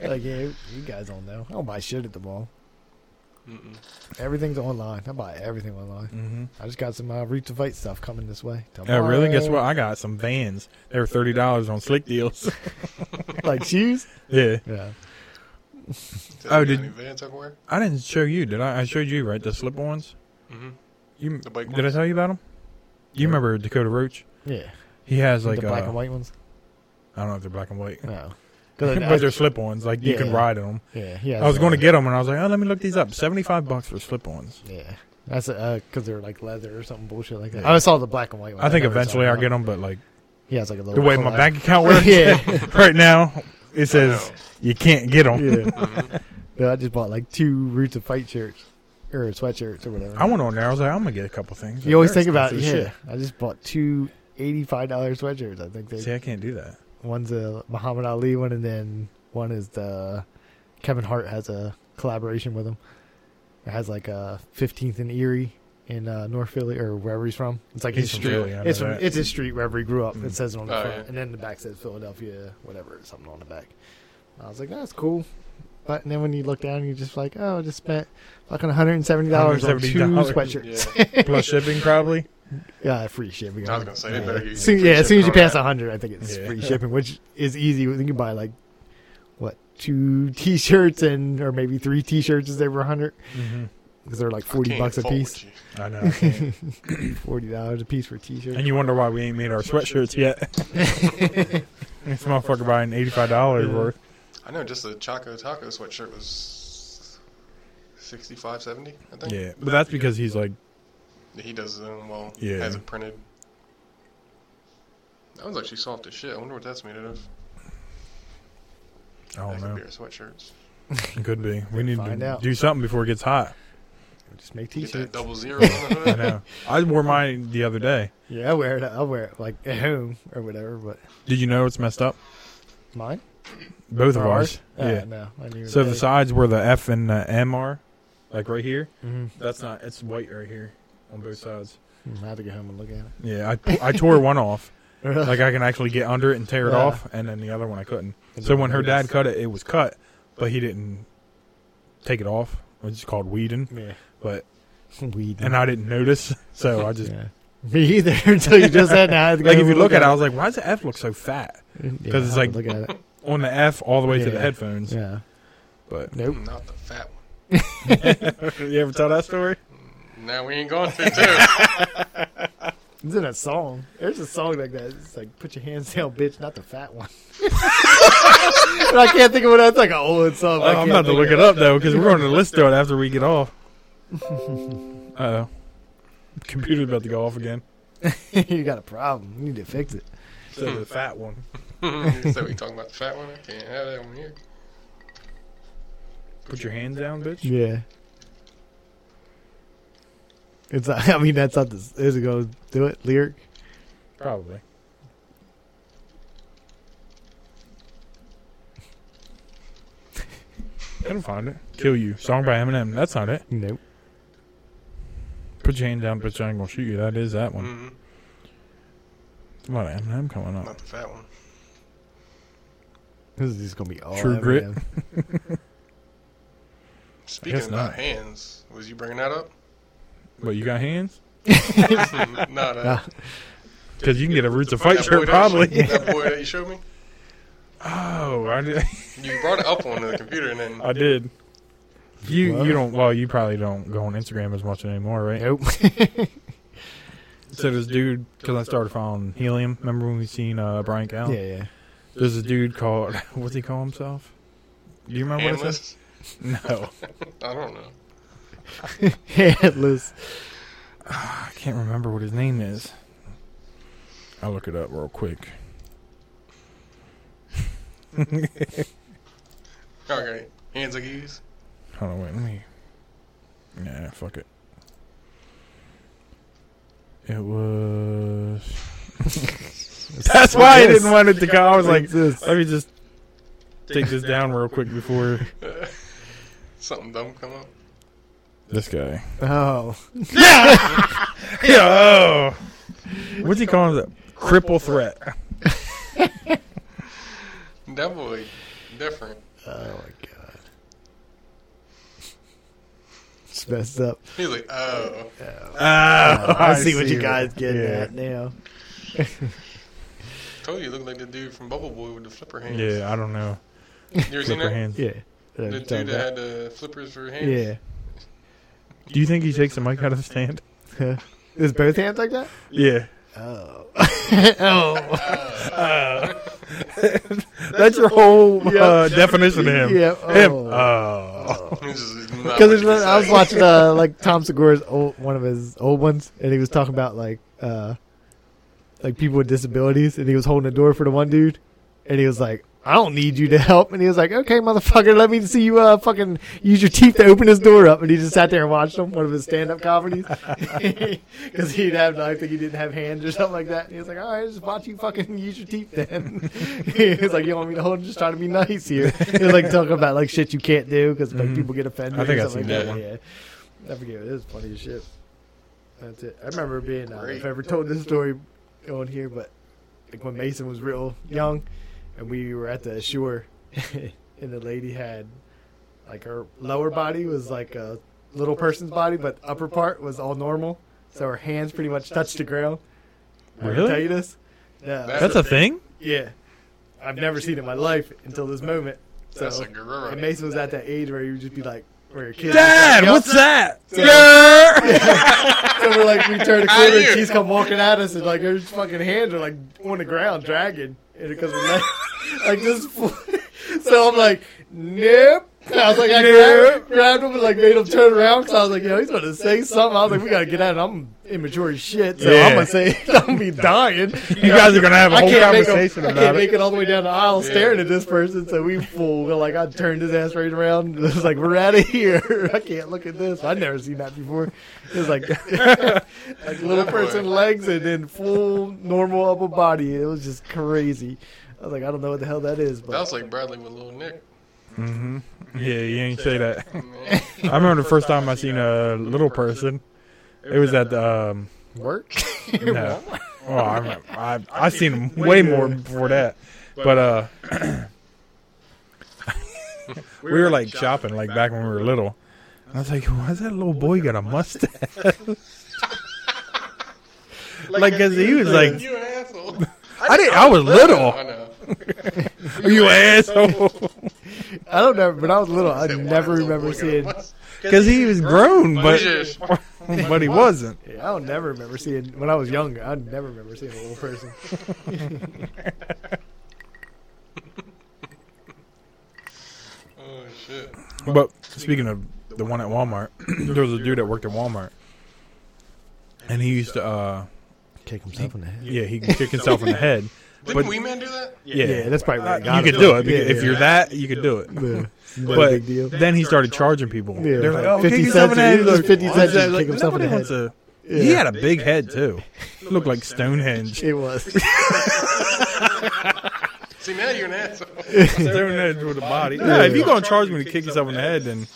[LAUGHS]
[LAUGHS]
like, yeah, you you guys don't know. I don't buy shit at the mall.
Mm-mm.
Everything's online. I buy everything online.
[LAUGHS] mm-hmm.
I just got some uh, Reach to Fight stuff coming this way.
Oh, really? Guess what?
tomorrow.
I got some Vans. They were thirty dollars on slick
[LAUGHS]
deals. [LAUGHS]
like shoes?
yeah.
Yeah.
Did
Oh,
oh,
did-
did any vans everywhere?
I didn't show you, did I? I showed you, right? The slip ons.
Mm-hmm.
You
The bike
did I
ones?
tell you about them? You
Yeah.
remember Dakota Roach?
Yeah.
He has like
the black
uh,
and white ones?
I don't know if they're black and white,
No. 'Cause I-
[LAUGHS] but they're slip ons. Like you can
Yeah.
ride in them.
yeah, yeah.
I was going to get them, and I was like, oh, let me look these up. Seventy five bucks for slip ons.
Yeah. That's because they're like leather or something bullshit like that.
Yeah.
I saw the black and white one.
I think eventually I'll get them, but like
He has like a little.
the way my
collab. [LAUGHS]
bank account works
yeah.
[LAUGHS] right now, it says
know.
you can't get them.
yeah.
Mhm.
[LAUGHS] Yeah, I just bought like two Roots of Fight shirts or sweatshirts or whatever.
I went on there. I was like, I'm gonna get a couple things.
you always
They're
think about yeah.
expensive as
I just bought two eighty-five dollars sweatshirts. I think they
shit. See, I can't do that.
one's a Muhammad Ali one, and then one is the Kevin Hart has a collaboration with him. It has like a Fifteenth and Erie in uh, North Philly or wherever he's from. It's like
He's
his
from
street.
Philly, I know
it's from
that.
it's his street wherever he grew up.
Mm.
It says it on the
Oh,
front,
yeah.
and then the back says Philadelphia, whatever, something on the back. I was like, that's cool. But and then when you look down, you're just like, oh, I just spent fucking 170 dollars on two
$170.
sweatshirts.
Yeah.
Plus shipping, probably.
[LAUGHS] Yeah, free shipping.
I was gonna say, they
yeah.
better get
Soon-
free
yeah, as soon as you
shipping on
pass
that.
100, I think it's
Yeah.
free shipping, which is easy. You can buy like what two t-shirts and or maybe three t-shirts is over 100
Mm-hmm.
because they're like
I
40
can't
bucks a
fault
piece.
you.
[LAUGHS]
I know. I can't.
Forty dollars a piece for a [LAUGHS] t-shirt.
[LAUGHS] and you wonder why we ain't made our sweatshirts yet. [LAUGHS] this motherfucker buying eighty-five dollars worth.
[LAUGHS] I know just the Choco Taco sweatshirt was 65, 70, I think.
Yeah, but that's because he's like,
He does his own well.
Yeah.
Has it printed. That one's actually soft as shit. I wonder what that's made out of.
I don't
that could
know.
be our sweatshirts.
It could be. We need
Find
to
out.
do something before it gets hot.
Just make
Get that
t-shirts.
double zero on the
[LAUGHS]
hood.
[LAUGHS]
I know. I wore mine the other day.
Yeah, I wear it. I'll wear it like at home or whatever. But
Did you know it's messed up?
mine,
Both of
Or
ours. Uh,
Ah,
Yeah.
no. I didn't even
So the
pay.
sides where the F and the M are, like right here.
Mhm.
That's not. It's white right here on both sides.
Mm, I had to go home and look at
Yeah, I I tore one [LAUGHS] off.
it. [LAUGHS]
Like I can actually get under it and tear it
Yeah.
off, and then the other one I couldn't. So when her dad cut it, it was cut, but he didn't take it off. It's just called weeding,
[LAUGHS] yeah,
[LAUGHS] but
weed.
and I didn't notice, [LAUGHS] so I just
yeah. [LAUGHS] me either until you just said that.
like if you look at it, I was like, why does the F look so fat
because
'cause it's like-
look at it.
[LAUGHS] on the F all the way to the
Yeah.
headphones?
Yeah,
But
nope.
Not the fat one.
[LAUGHS] you ever tell that story?
Now we ain't going to,
[LAUGHS]
too. [LAUGHS]
It's in a song. There's a song like that. It's like, put your hands down, bitch, not the fat one. [LAUGHS] but I can't think of what else. It's like an old song. I
Oh, I'm
can't
about to
think
look
of
it up though because we're going to listen to it after we get [LAUGHS] off. Uh oh, computer's about to go off again.
[LAUGHS] you got a problem. You need to fix it.
So the fat one.
so we talking about the fat one? I can't have that one here.
Put your hands down, bitch.
Yeah. It's. Not, [LAUGHS] I mean, that's not the. Is it go do it lyric?
[LAUGHS] Probably. I don't find it. Kill You, song by Eminem. That's not it.
Nope.
Put your hand down, bitch. I ain't gonna shoot you. That is that one.
Mm-hmm.
What M and M coming up?
Not the fat one.
This is just gonna be all
True
over
Grit.
again.
Speaking
guess
about
not.
hands, was you bringing that
[LAUGHS]
up?
[LAUGHS]
[LAUGHS]
What you got hands?
[LAUGHS]
no, that,
Nah.
Because you can get a Roots of Fight
that boy
shirt
that-
probably.
That boy that you showed me,
[LAUGHS] Oh, I did.
you brought it up on the computer, and then
I did. You
Wow.
you don't well you probably don't go on Instagram as much anymore, right?
[LAUGHS] Nope.
So this dude, because I started following Helium. Remember when we seen uh, Brian
yeah,
Cal?
yeah.
There's a dude called [LAUGHS] what's he call himself? Do you remember what it says?
analyst.
No,
[LAUGHS] I don't know.
[LAUGHS] Headless.
Ah, I can't remember what his name is. I'll look it up real quick.
Okay, hands like these. [LAUGHS]
Hold on, wait, let me. Nah, fuck it. It was. [LAUGHS] That's why I didn't want it to go. I was like, [LAUGHS]
uh,
let me just take this down real quick before
Something dumb come up.
this guy. [LAUGHS]
Oh,
Yo, what's he calling it? Cripple threat.
That boy, different.
oh my god. It's messed up.
He's like, oh,
Oh,
[LAUGHS] I, see what you guys get
yeah.
at now.
told you, you look like the dude from Bubble Boy with the flipper hands.
Yeah, I don't know.
you ever seen
Flipper
that?
hands.
Yeah.
The dude that had the flippers for hands.
yeah.
Do you think he takes the mic out of the stand?
Is both hands like [LAUGHS] that?
Yeah.
Oh. [LAUGHS] oh.
[LAUGHS]
Uh, That's your whole uh, definition of him.
Yeah.
Him.
Oh.
Oh.
[LAUGHS] He's just
[LAUGHS]
not what
Because
you
I was
say.
watching uh,
[LAUGHS]
like Tom Segura's old, one of his old ones, and he was talking about like uh, like people with disabilities, and he was holding the door for the one dude, and he was like, "I don't need you to help," and he was like, "Okay, motherfucker, let me see you uh, fucking use your teeth to open this door up," and he just sat there and watched him, one of his stand up comedies, [LAUGHS] because he'd have like think he didn't have hands or something like that, and he was like, "All right, just watch you fucking [LAUGHS] use your teeth then." [LAUGHS] he was like, "You want me to hold? I'm just trying to be nice here." He was like talking about like shit you can't do because like
Mm-hmm.
Mhm.
people get offended.
I think
or
I've
something
seen
like
that
Yeah. I forget. It was funny as shit. That's it. I remember being. Uh,
Great.
if I ever told this story on here, but like when Mason was real young, and we were at the shore, [LAUGHS] and the lady had like her lower body was like a little person's body, but upper part was all normal. So her hands pretty much touched the ground. Did I
Really?
Tell you this? No.
That's
That's a thing?
yeah. I've never seen it in my life until this moment. So
That's a gorilla.
and Mason was at that age where he would just be like, where your kid.
Dad,
Yup.
what's that?
So we're like, we turn the
How
corner,
do
and
you-
she's come walking at us, and like her fucking hands are like on the ground, dragging, and because we're like, [LAUGHS] like this. fl- [LAUGHS] So I'm like, nope. And I was like, I grabbed, grabbed him and like made him turn around because I was like, yo, he's gonna say something. I was like, we gotta get out. I'm immature as shit, so
Yeah.
I'm gonna say [LAUGHS] I'm gonna be dying.
[LAUGHS] You guys are going to have a
I
whole
can't, make, him,
conversation
I
about
can't
it.
make it all the way down the aisle staring at this person, so we full. We're like, I turned his ass right around. [LAUGHS] And it was like, we're out of here. [LAUGHS] I can't look at this. I've never seen that before. It was like, [LAUGHS] like little person legs and then full normal upper body. It was just crazy. I was like, I don't know what the hell that is,
That was
but
like Bradley with little Nick.
Mm-hmm. Yeah, you ain't say that. [LAUGHS]
Man.
I remember the first time I seen a little person. It was at the. [LAUGHS] Um,
work.
No. Oh, I [LAUGHS] remember. I, I've seen him way more before that. But uh, [COUGHS] [LAUGHS] we were like shopping, like back when we were little. And I was like, why's that little boy got a mustache? Like, because he was like,
you an asshole.
I didn't. I was little.
[LAUGHS] I know.
[LAUGHS] Are [LAUGHS] you an
[LAUGHS]
asshole?
I don't know. When I was little, I
Said, "Why
never
is old
remember
boy got a
seeing.
bus?"
Because he was grown, but [LAUGHS]
Yes.
but he wasn't.
Yeah, I don't never remember seeing when I was younger. I never remember seeing a little person.
Oh shit.
But speaking of the one at Walmart, [CLEARS THROAT] there was a dude that worked at Walmart, and he used to. uh
Kick himself in the head.
Yeah, he could kick himself in the head.
[LAUGHS] Didn't
But-
we man do that?
Yeah, that's probably where I
you
got
could
it.
do it
Yeah,
because if
yeah.
you're that, you could do it.
[LAUGHS] Yeah. Not
But
a big deal.
then he started charging people.
Yeah,
They're
like
like, oh,
50
kick
cents
yourself in
a-
the head.
it was 50 cents
Like,
to kick himself in the
nobody
head.
wants a-
Yeah.
He had a big head too. Looked like Stonehenge.
[LAUGHS]
It was. [LAUGHS]
See now you're
[LAUGHS]
an asshole.
Stonehenge with a body. Yeah, if you're gonna charge me to kick yourself in the head, then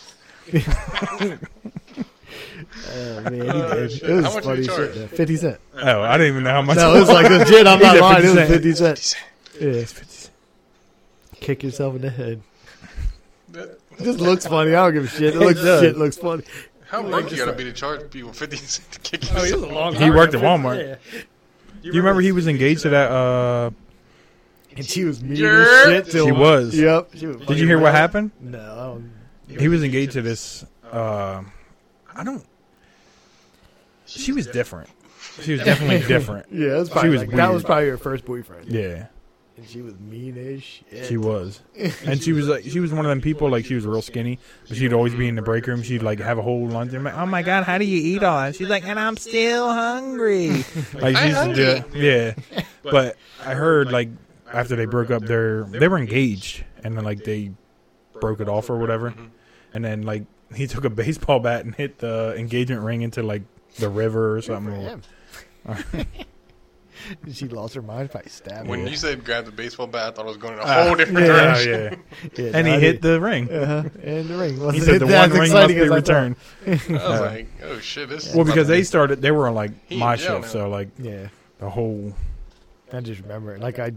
Oh man, he
Uh,
did.
Oh,
it
shit.
was
How much did
funny
he charge?
shit. though. Fifty cent.
Oh, I didn't even know how much. [LAUGHS]
No, it was like legit. [LAUGHS] I'm
He
not
did
lying. It was
50
fifty cent.
Decent.
Yeah. Kick yourself in the head.
That-
It just looks funny. I don't give a shit. It looks
does.
shit. Looks funny.
How big you gotta be to charge people fifty cent to kick
Oh,
yourself?
He worked at Walmart. You remember he was engaged to that? Uh,
And she was mean
Yeah.
as shit. Till
She was.
Yep. She was
did you hear what happened?
No. I don't-
He was engaged to this. Uh, I don't. She was different. She was definitely different.
Yeah, that was probably,
She was
like- that
weird.
was probably her first boyfriend.
Yeah,
And she was mean as shit.
she was, [LAUGHS] and she was like, she was one of them people. Like she was real skinny, but she'd always be in the break room. She'd like have a whole lunch. And I'm like, oh my god, how do you eat all that? She's like, and I'm still
[LAUGHS]
hungry. like she used to do, it.
[LAUGHS]
yeah. But I heard like after they broke up, their they were engaged, and then like they broke it off or whatever,
Mm-hmm.
and then like he took a [LAUGHS] baseball bat and hit the engagement ring into like the river or something.
Damn. [LAUGHS] she lost her mind by stabbing.
When
him.
you said grab the baseball bat, I thought it was going in a
Ah,
whole different
yeah,
direction.
yeah.
[LAUGHS] Yeah,
And he
no,
hit the ring.
uh-huh, and the ring.
He
Wasn't [LAUGHS]
said the
it as
one ring must
exciting
be
as I thought? [LAUGHS]
returned.
I was like, oh shit, this. is
Well,
about
because
to
they
be-
started, they were on like
He
my
in jail
shift,
now.
so like
Yeah,
the [LAUGHS] whole.
I just remember it. Like I,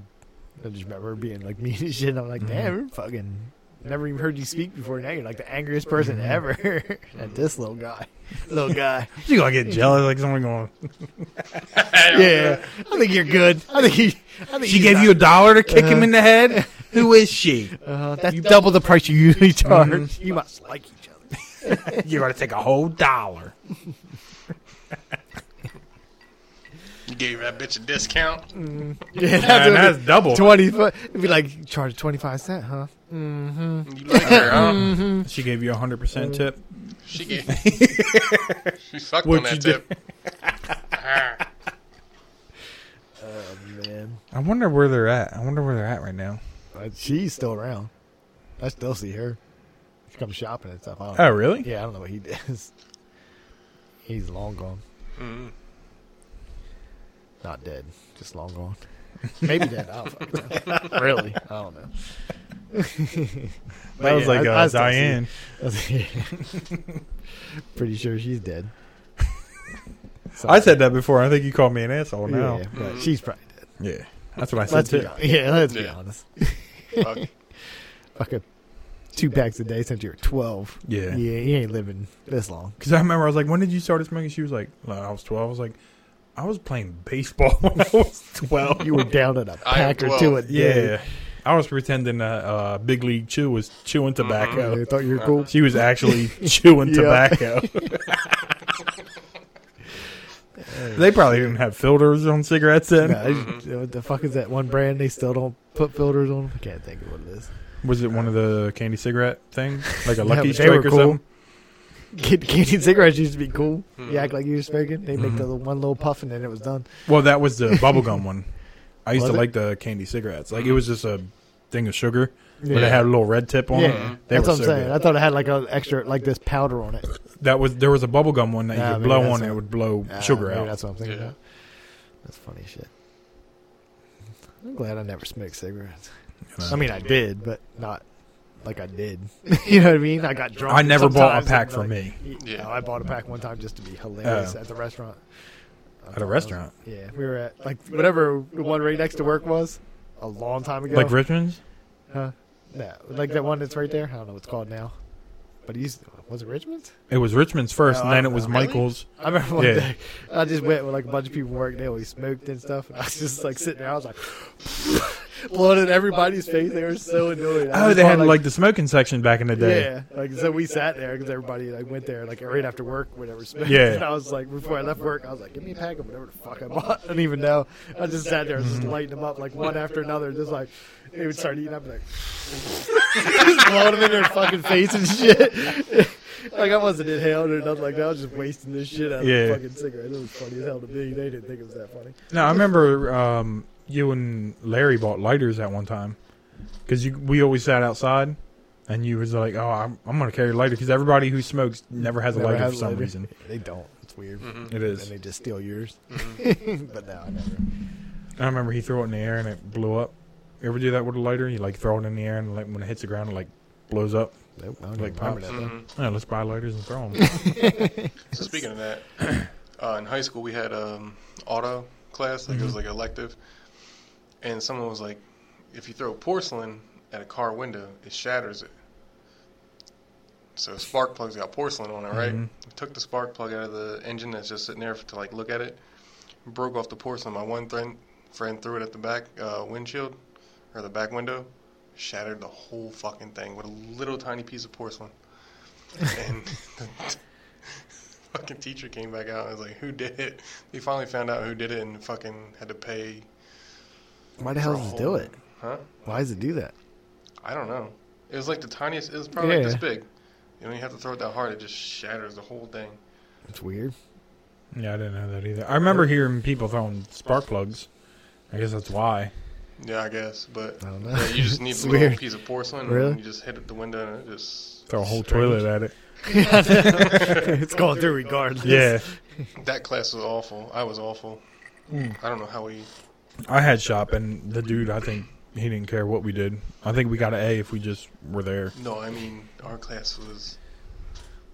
I just remember her being like [LAUGHS] mean as shit. and I'm like,
Mm-hmm.
damn, you're fucking. Never even heard you speak before. Now you're like the angriest person
Mm-hmm.
ever [LAUGHS] at this little guy.
[LAUGHS]
Little guy.
You gonna get jealous? Like someone going?
Yeah, I think you're good. I think he. I think
She gave you a dollar to kick him in the [LAUGHS] head. Who is she?
Uh, that's double the price you usually charge.
Mhm.
You must like each
[LAUGHS]
other.
You're gonna take a whole dollar.
You gave that bitch a discount.
Yeah,
And
what it-
[LAUGHS] that's double.
Twenty. It'd be like charge twenty five cent, huh?
You like her,
[LAUGHS]
huh?
She gave you a hundred percent tip.
She gave. she sucked
What
on that
you
tip.
did-
Oh man,
I wonder where they're at. I wonder where they're at right now.
Uh, she's still around. I still see her. She comes shopping and stuff. I don't
Oh,
know.
really?
[LAUGHS] Yeah, I don't know what he does. He's long gone.
Mhm.
Not dead, just long gone. [LAUGHS] Maybe dead. I don't fucking know. Really, I don't know.
That was
yeah,
like
I-
uh,
I still see
Diane.
I was- [LAUGHS] Pretty sure she's dead.
I said that before. I think you called me an asshole. Now, Mm-hmm.
Yeah, but she's probably dead.
yeah, that's what I said
Let's be
too.
honest. Yeah, let's be
Yeah.
honest.
Fuck.
Fucking two packs a day since you were twelve.
Yeah.
yeah, you ain't living this long.
Because I remember I was like, "When did you start smoking?" She was like, "Like, "I was 12. I was like, "I was playing baseball [LAUGHS] when I was 12.
You were down at a
I am
pack or two a
12.
day.
Yeah, I was pretending that uh, Big League Chew was chewing tobacco.
I thought you were cool.
She
[LAUGHS]
was actually [LAUGHS] chewing
Yeah. [LAUGHS]
tobacco. they probably didn't have filters on cigarettes then.
Nah, I- what the fuck is that
[LAUGHS]
one brand they still don't put filters on? I can't think of what it is.
Was it one of the candy cigarette things, like a
No,
Lucky
but they were
Strike or
cool.
something?
Kid,
[LAUGHS]
candy cigarettes used to be cool. You
Hmm.
Mhm.
act like you were smoking. They make the little- one little puff and then it was done.
Well,
[LAUGHS]
that was the bubblegum one. I used
Was
to
it?
like the candy cigarettes. Like it was just a thing of sugar, but
Yeah.
it had a little red tip on
Yeah,
it. They
that's what
were
I'm
so
saying.
good.
I thought it had like an extra, like this powder on it.
That was there was a bubblegum one that you
Ah,
could
maybe
blow
that's
on and
it.
it would blow
Ah,
sugar
maybe
out.
That's what I'm thinking
Yeah.
about. That's funny shit. I'm glad I never smoked cigarettes.
you know.
I mean, I did, but not like I
[LAUGHS]
did. [LAUGHS] you know what I mean? I got drunk.
I never bought a
sometimes
pack
and,
for
like,
me
Yeah,
Yeah.
I bought a pack one time just to be hilarious
Oh.
at the restaurant.
at a restaurant,
Yeah, we were at like whatever the one right next to work was a long time ago.
like Richmond's.
huh? No, like that one that's right there. I don't know what it's called now, but he's was it Richmond's?
It was Richmond's first,
No,
and
I
then it
don't
was
know.
Michael's.
I remember one
Yeah.
day I just went with like a bunch of people from work. They always smoked and stuff, and I was just like sitting there. I was like [LAUGHS] blowing in everybody's face. They were so annoyed. I
Oh,
just
they
bought,
had like, the smoking section back in the day.
Yeah, like so we sat there because everybody like went there like right after work, whatever. [LAUGHS] smoked.
Yeah.
And I was like, before I left work, I was like, give me a pack of whatever the fuck I bought. [LAUGHS] I didn't even know. I just sat there, just
Mm-hmm.
lighting them up like one after another, just like they would start eating. I'd be
[LAUGHS]
like, [LAUGHS] just blowing them in their fucking face and shit. [LAUGHS] like I wasn't inhaling or nothing like that. I was just wasting this shit out
Yeah.
of a fucking cigarette. It was funny as hell to me. They didn't think it was that funny.
No, I remember um, you and Larry bought lighters at one time because we always sat outside, and you was like, "Oh, I'm, I'm gonna carry a lighter," because everybody who smokes never has a
Never
lighter
had
for some
lighter.
reason.
[LAUGHS]
Mm-hmm.
They don't. It's weird.
It
And
is.
they just steal yours. [LAUGHS] but no, I never.
I remember he threw it in the air and it blew up. You ever do that with a lighter? You like throw it in the air and like when it hits the ground, it like blows up.
Nope, I don't
Like
even remember
pops.
that. though.
hmm
Yeah, let's buy lighters
[LAUGHS]
and throw them.
So speaking of that, [CLEARS THROAT] uh, in high school we had um, auto class, like it was like elective, and someone was like, "If you throw porcelain at a car window, it shatters it." So spark plugs got porcelain on it, right?
Mhm.
Took the spark plug out of the engine that's just sitting there to like look at it, broke off the porcelain. My one friend friend threw it at the back uh, windshield or the back window, shattered the whole fucking thing with a little tiny piece of porcelain. And [LAUGHS] the fucking teacher came back out and was like, "Who did it?" They finally found out who did it and fucking had to pay.
Why the hell does it do it?
Huh?
Why does it do that?
I don't know. It was like the tiniest. It was probably like
Yeah.
this big. You don't even have to throw it that hard. It just shatters the whole thing.
It's [LAUGHS] weird.
yeah, I didn't know that either. I remember hearing people throwing spark plugs. I guess that's why.
Yeah, I guess. But
I don't know.
yeah,
[LAUGHS]
you just need
It's
a little
weird.
piece of porcelain
Really?
and you just hit it the window and it just
Throw a whole
straightens-
toilet at it.
it's going through regardless. [LAUGHS]
Yeah,
That class was awful. I was awful.
Hmm.
I don't know how we.
[LAUGHS] I had shop, and the dude, I think he didn't care what we did. I think we got an A if we just were there. [LAUGHS]
No, I mean our class was.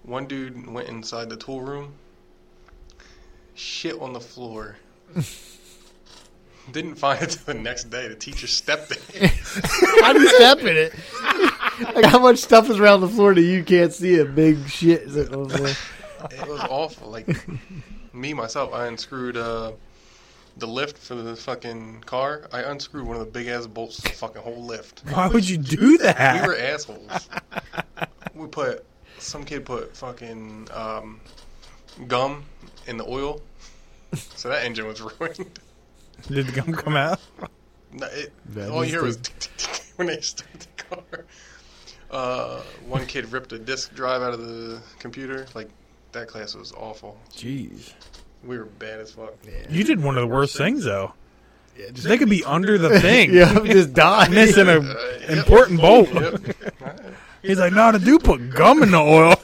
One dude went inside the tool room. Shit on the floor. Didn't find it till the next day. The teacher stepped in.
How do you step in it? like how much stuff is around the floor that you can't see a big shit is it on the floor?
It was awful. Like me myself, I unscrewed uh, the lift for the fucking car. I unscrewed one of the big ass bolts to the fucking whole lift.
Why would you do
[LAUGHS]
We
that?
were assholes. we put some kid put fucking um, gum in the oil, so that engine was [LAUGHS] ruined.
[LAUGHS] Did the gum come out?
No, it,
That
all
is
you hear was
the-
tick, tick, tick [LAUGHS] when they start the car. Uh, one kid ripped a disk drive out of the computer. Like that class was awful.
Jeez,
We were bad as fuck.
you did one of the worst things though.
Yeah, just,
They could be under [LAUGHS] the
[LAUGHS]
thing,
yeah, I'm just dying.
[LAUGHS] missing a important bolt.
Yep.
[LAUGHS] He's like, no, the dude put gum in the [LAUGHS] oil.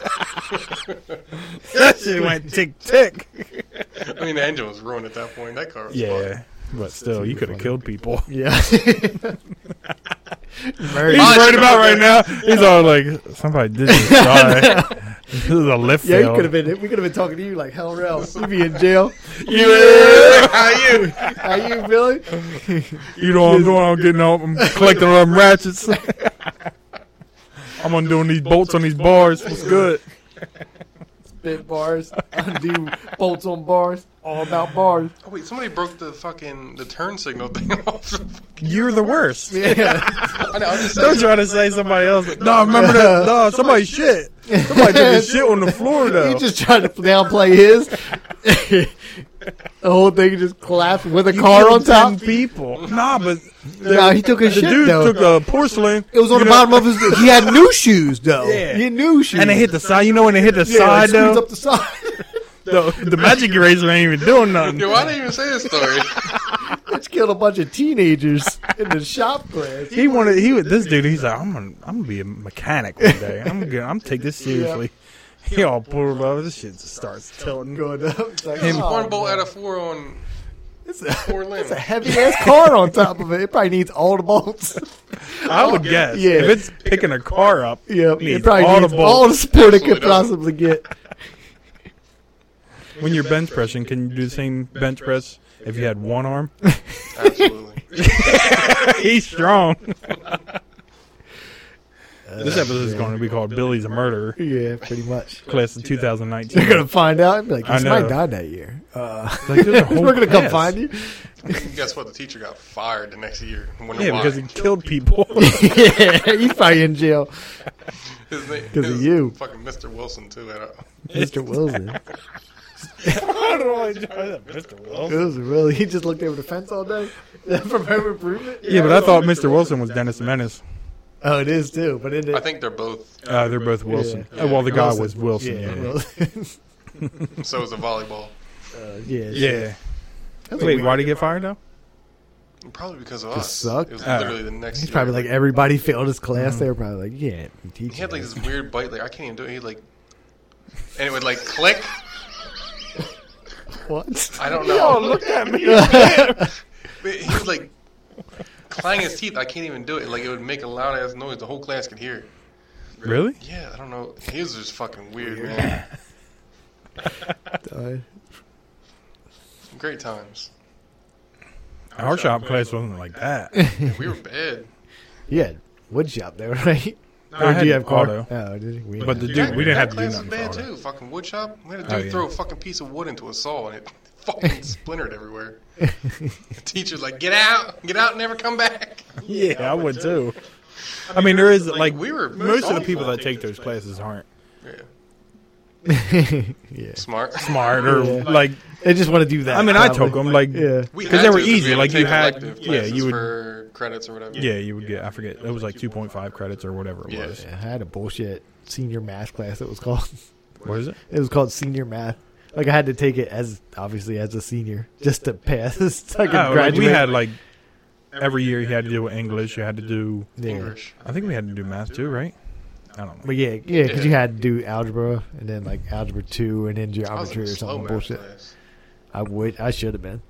that shit went tick tick.
I mean, the engine was ruined at that point. That car was fucked.
Yeah, but still, you could have killed [LAUGHS] people.
[LAUGHS] Yeah. Murray.
He's
Oh,
right about right now. He's all like, somebody did
[LAUGHS]
this. guy. this is a lift
Yeah, you
fail.
could have been. We could have been talking to you like hell, Ralph. You'd be in jail.
Yeah. How you?
How you feeling?
You know what I'm doing? I'm getting up. I'm collecting all them ratchets. I'm undoing these bolts on these bars. What's good?
Spit bars, undo bolts on bars. All about bars. [LAUGHS]
Oh wait, somebody broke the fucking the turn signal thing [LAUGHS] off.
[LAUGHS]
the fucking-
You're the worst.
Yeah,
I know. I'm just
Don't
saying.
try to say somebody else.
[LAUGHS]
No, remember that. No, somebody shit. Somebody took a shit on the floor though.
he just tried to downplay his. [LAUGHS] the whole thing just collapsed with a car on top.
people. Nah, but
No, he took a
the
shit
dude
though.
took the porcelain.
it was on the
you know,
bottom of his. He had new shoes though.
Yeah.
He had new shoes.
and it hit the side. You know when it hit the
yeah,
side
it squeezed
though,
up the side. [LAUGHS]
[LAUGHS] the, the magic eraser ain't even doing nothing.
Yo, I didn't even say this story.
[LAUGHS] Which killed a bunch of teenagers in the shop class.
He wanted. He was this dude. He's like, I'm gonna, I'm gonna be a mechanic one day. I'm gonna, I'm take [LAUGHS] this seriously. He all pulled over. This shit just starts tilting.
Going up. It's like,
Him-
oh,
One bolt out of four on
It's a,
[LAUGHS] four limbs.
it's a heavy ass car on top of it. It probably needs all the bolts. [LAUGHS]
I would guess
Yeah.
if it's picking a car up.
Yeah,
Needs
it probably
all
needs
the
all the
bolts.
support it could possibly
Absolutely doesn't.
get.
When you're bench pressing, can you do the same bench press if you had one [LAUGHS] arm?
Absolutely.
He's [LAUGHS] strong. this episode is going to be called Billy's a Murderer,
Yeah, pretty much.
class
[LAUGHS]
of
They're
2019.
gonna find out. and be Like,
I
this might
know.
die that [LAUGHS] year. Uh,
Like,
[LAUGHS]
there's a whole
we're gonna come
class.
find you.
And [LAUGHS] guess what? The teacher got fired the next year. Wonder
[LAUGHS] Yeah,
why.
because he killed [LAUGHS] people.
[LAUGHS] yeah, he's probably in jail,
His name-
'Cause of
his
you.
Fucking Mr. Wilson too. uh, At a,
[LAUGHS] Mr. Wilson.
I don't really enjoy that, Mr. Wilson.
It was really. He just looked over the fence all day [LAUGHS] from home improvement.
Yeah, but I thought Mr. Wilson was Dennis the Menace.
Oh, it is too. But it,
I think they're both.
Uh, they're both Wilson. Uh, well, the guy was Wilson.
Yeah,
Yeah.
Wilson.
So is a volleyball.
Uh, [LAUGHS] yeah,
Yeah.
That's
Wait,
weird.
why did he get fired though?
Probably because of us.
Just sucked?
It was
Oh.
literally the next.
Uh, He's
year.
probably like everybody failed his class. They were probably like, yeah, we teach.
He had like
you.
this weird bite. Like I can't even do it. He like, and it would like
[LAUGHS]
click.
what?
I don't know.
at me.
But he was like clang his teeth. I can't even do it. Like it would make a loud ass noise. The whole class could hear. it.
Really?
Yeah, I don't know. His is fucking weird,
[LAUGHS]
man.
[LAUGHS] Uh,
Great times.
Our shop class wasn't like [LAUGHS] that.
Yeah, we were bad.
yeah, wood shop there, right?
I
or do
had
you have car?
auto.
Oh, did you? We
But
didn't.
the dude-
that,
we didn't have
that
to do
class was
nothing for
bad
all that.
too. Fucking wood shop. We had a dude
Oh, yeah.
throw a fucking piece of wood into a saw and it fucking [LAUGHS] splintered everywhere. the teacher's like, "Get out, get out, and never come back." [LAUGHS]
Yeah, I would too. I mean, there is like
we were
most of the people that take those classes aren't
Yeah.
[LAUGHS] yeah,
Smart.
smart or
Yeah.
like
they just want to do that.
I mean, I
probably.
took them like
Yeah,
[LAUGHS] We
'Cause
had
they were
to, 'cause we
easy,
to
like, you
take
had-
elective
yeah, you
classes
would-
for credits or whatever.
yeah, you would get I forget it was like 2.5 credits or whatever it
Yeah.
was.
Yeah, I had a bullshit senior math class. It was called. [LAUGHS]
What is it?
It was called senior math. Like I had to take it as obviously as a senior just to pass. [LAUGHS] so I could
Oh, like,
graduate.
we had like every year you had to do English, you had to do
yeah.
English.
I think we had to do math too, right? I don't know.
But yeah, yeah, because you had to do algebra and then like algebra two and then
I was
geometry
in
or
a slow
something
math
bullshit.
class.
I would, I should have been.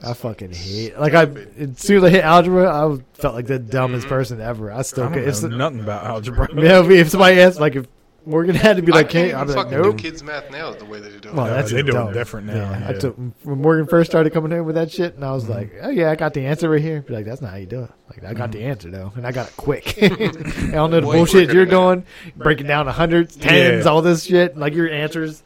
was
I fucking hate. Like I, as soon as I hit algebra, I felt like the dumbest person ever. I still
Mm-hmm. I
could. If,
don't know
yeah,
nothing about [LAUGHS] algebra.
if if somebody asked, like if Morgan had to be like,
I
"Hey,"
can't
I'd
even
be like,
fucking do
"Nope."
kids math now the way they do it.
Well,
No,
that's
they do it
dumb.
different now,
I
yeah.
took when Morgan first started coming in with that shit, and I was like, "Oh yeah, I got the answer right here." Be like, "That's not how you do it." Like, I got
Mm-hmm.
the answer though, and I got it
[LAUGHS]
quick. [LAUGHS] I don't know the
Way
bullshit
quicker
you're
than
doing, breaking down the hundreds, tens,
Yeah.
all this shit. Like your answers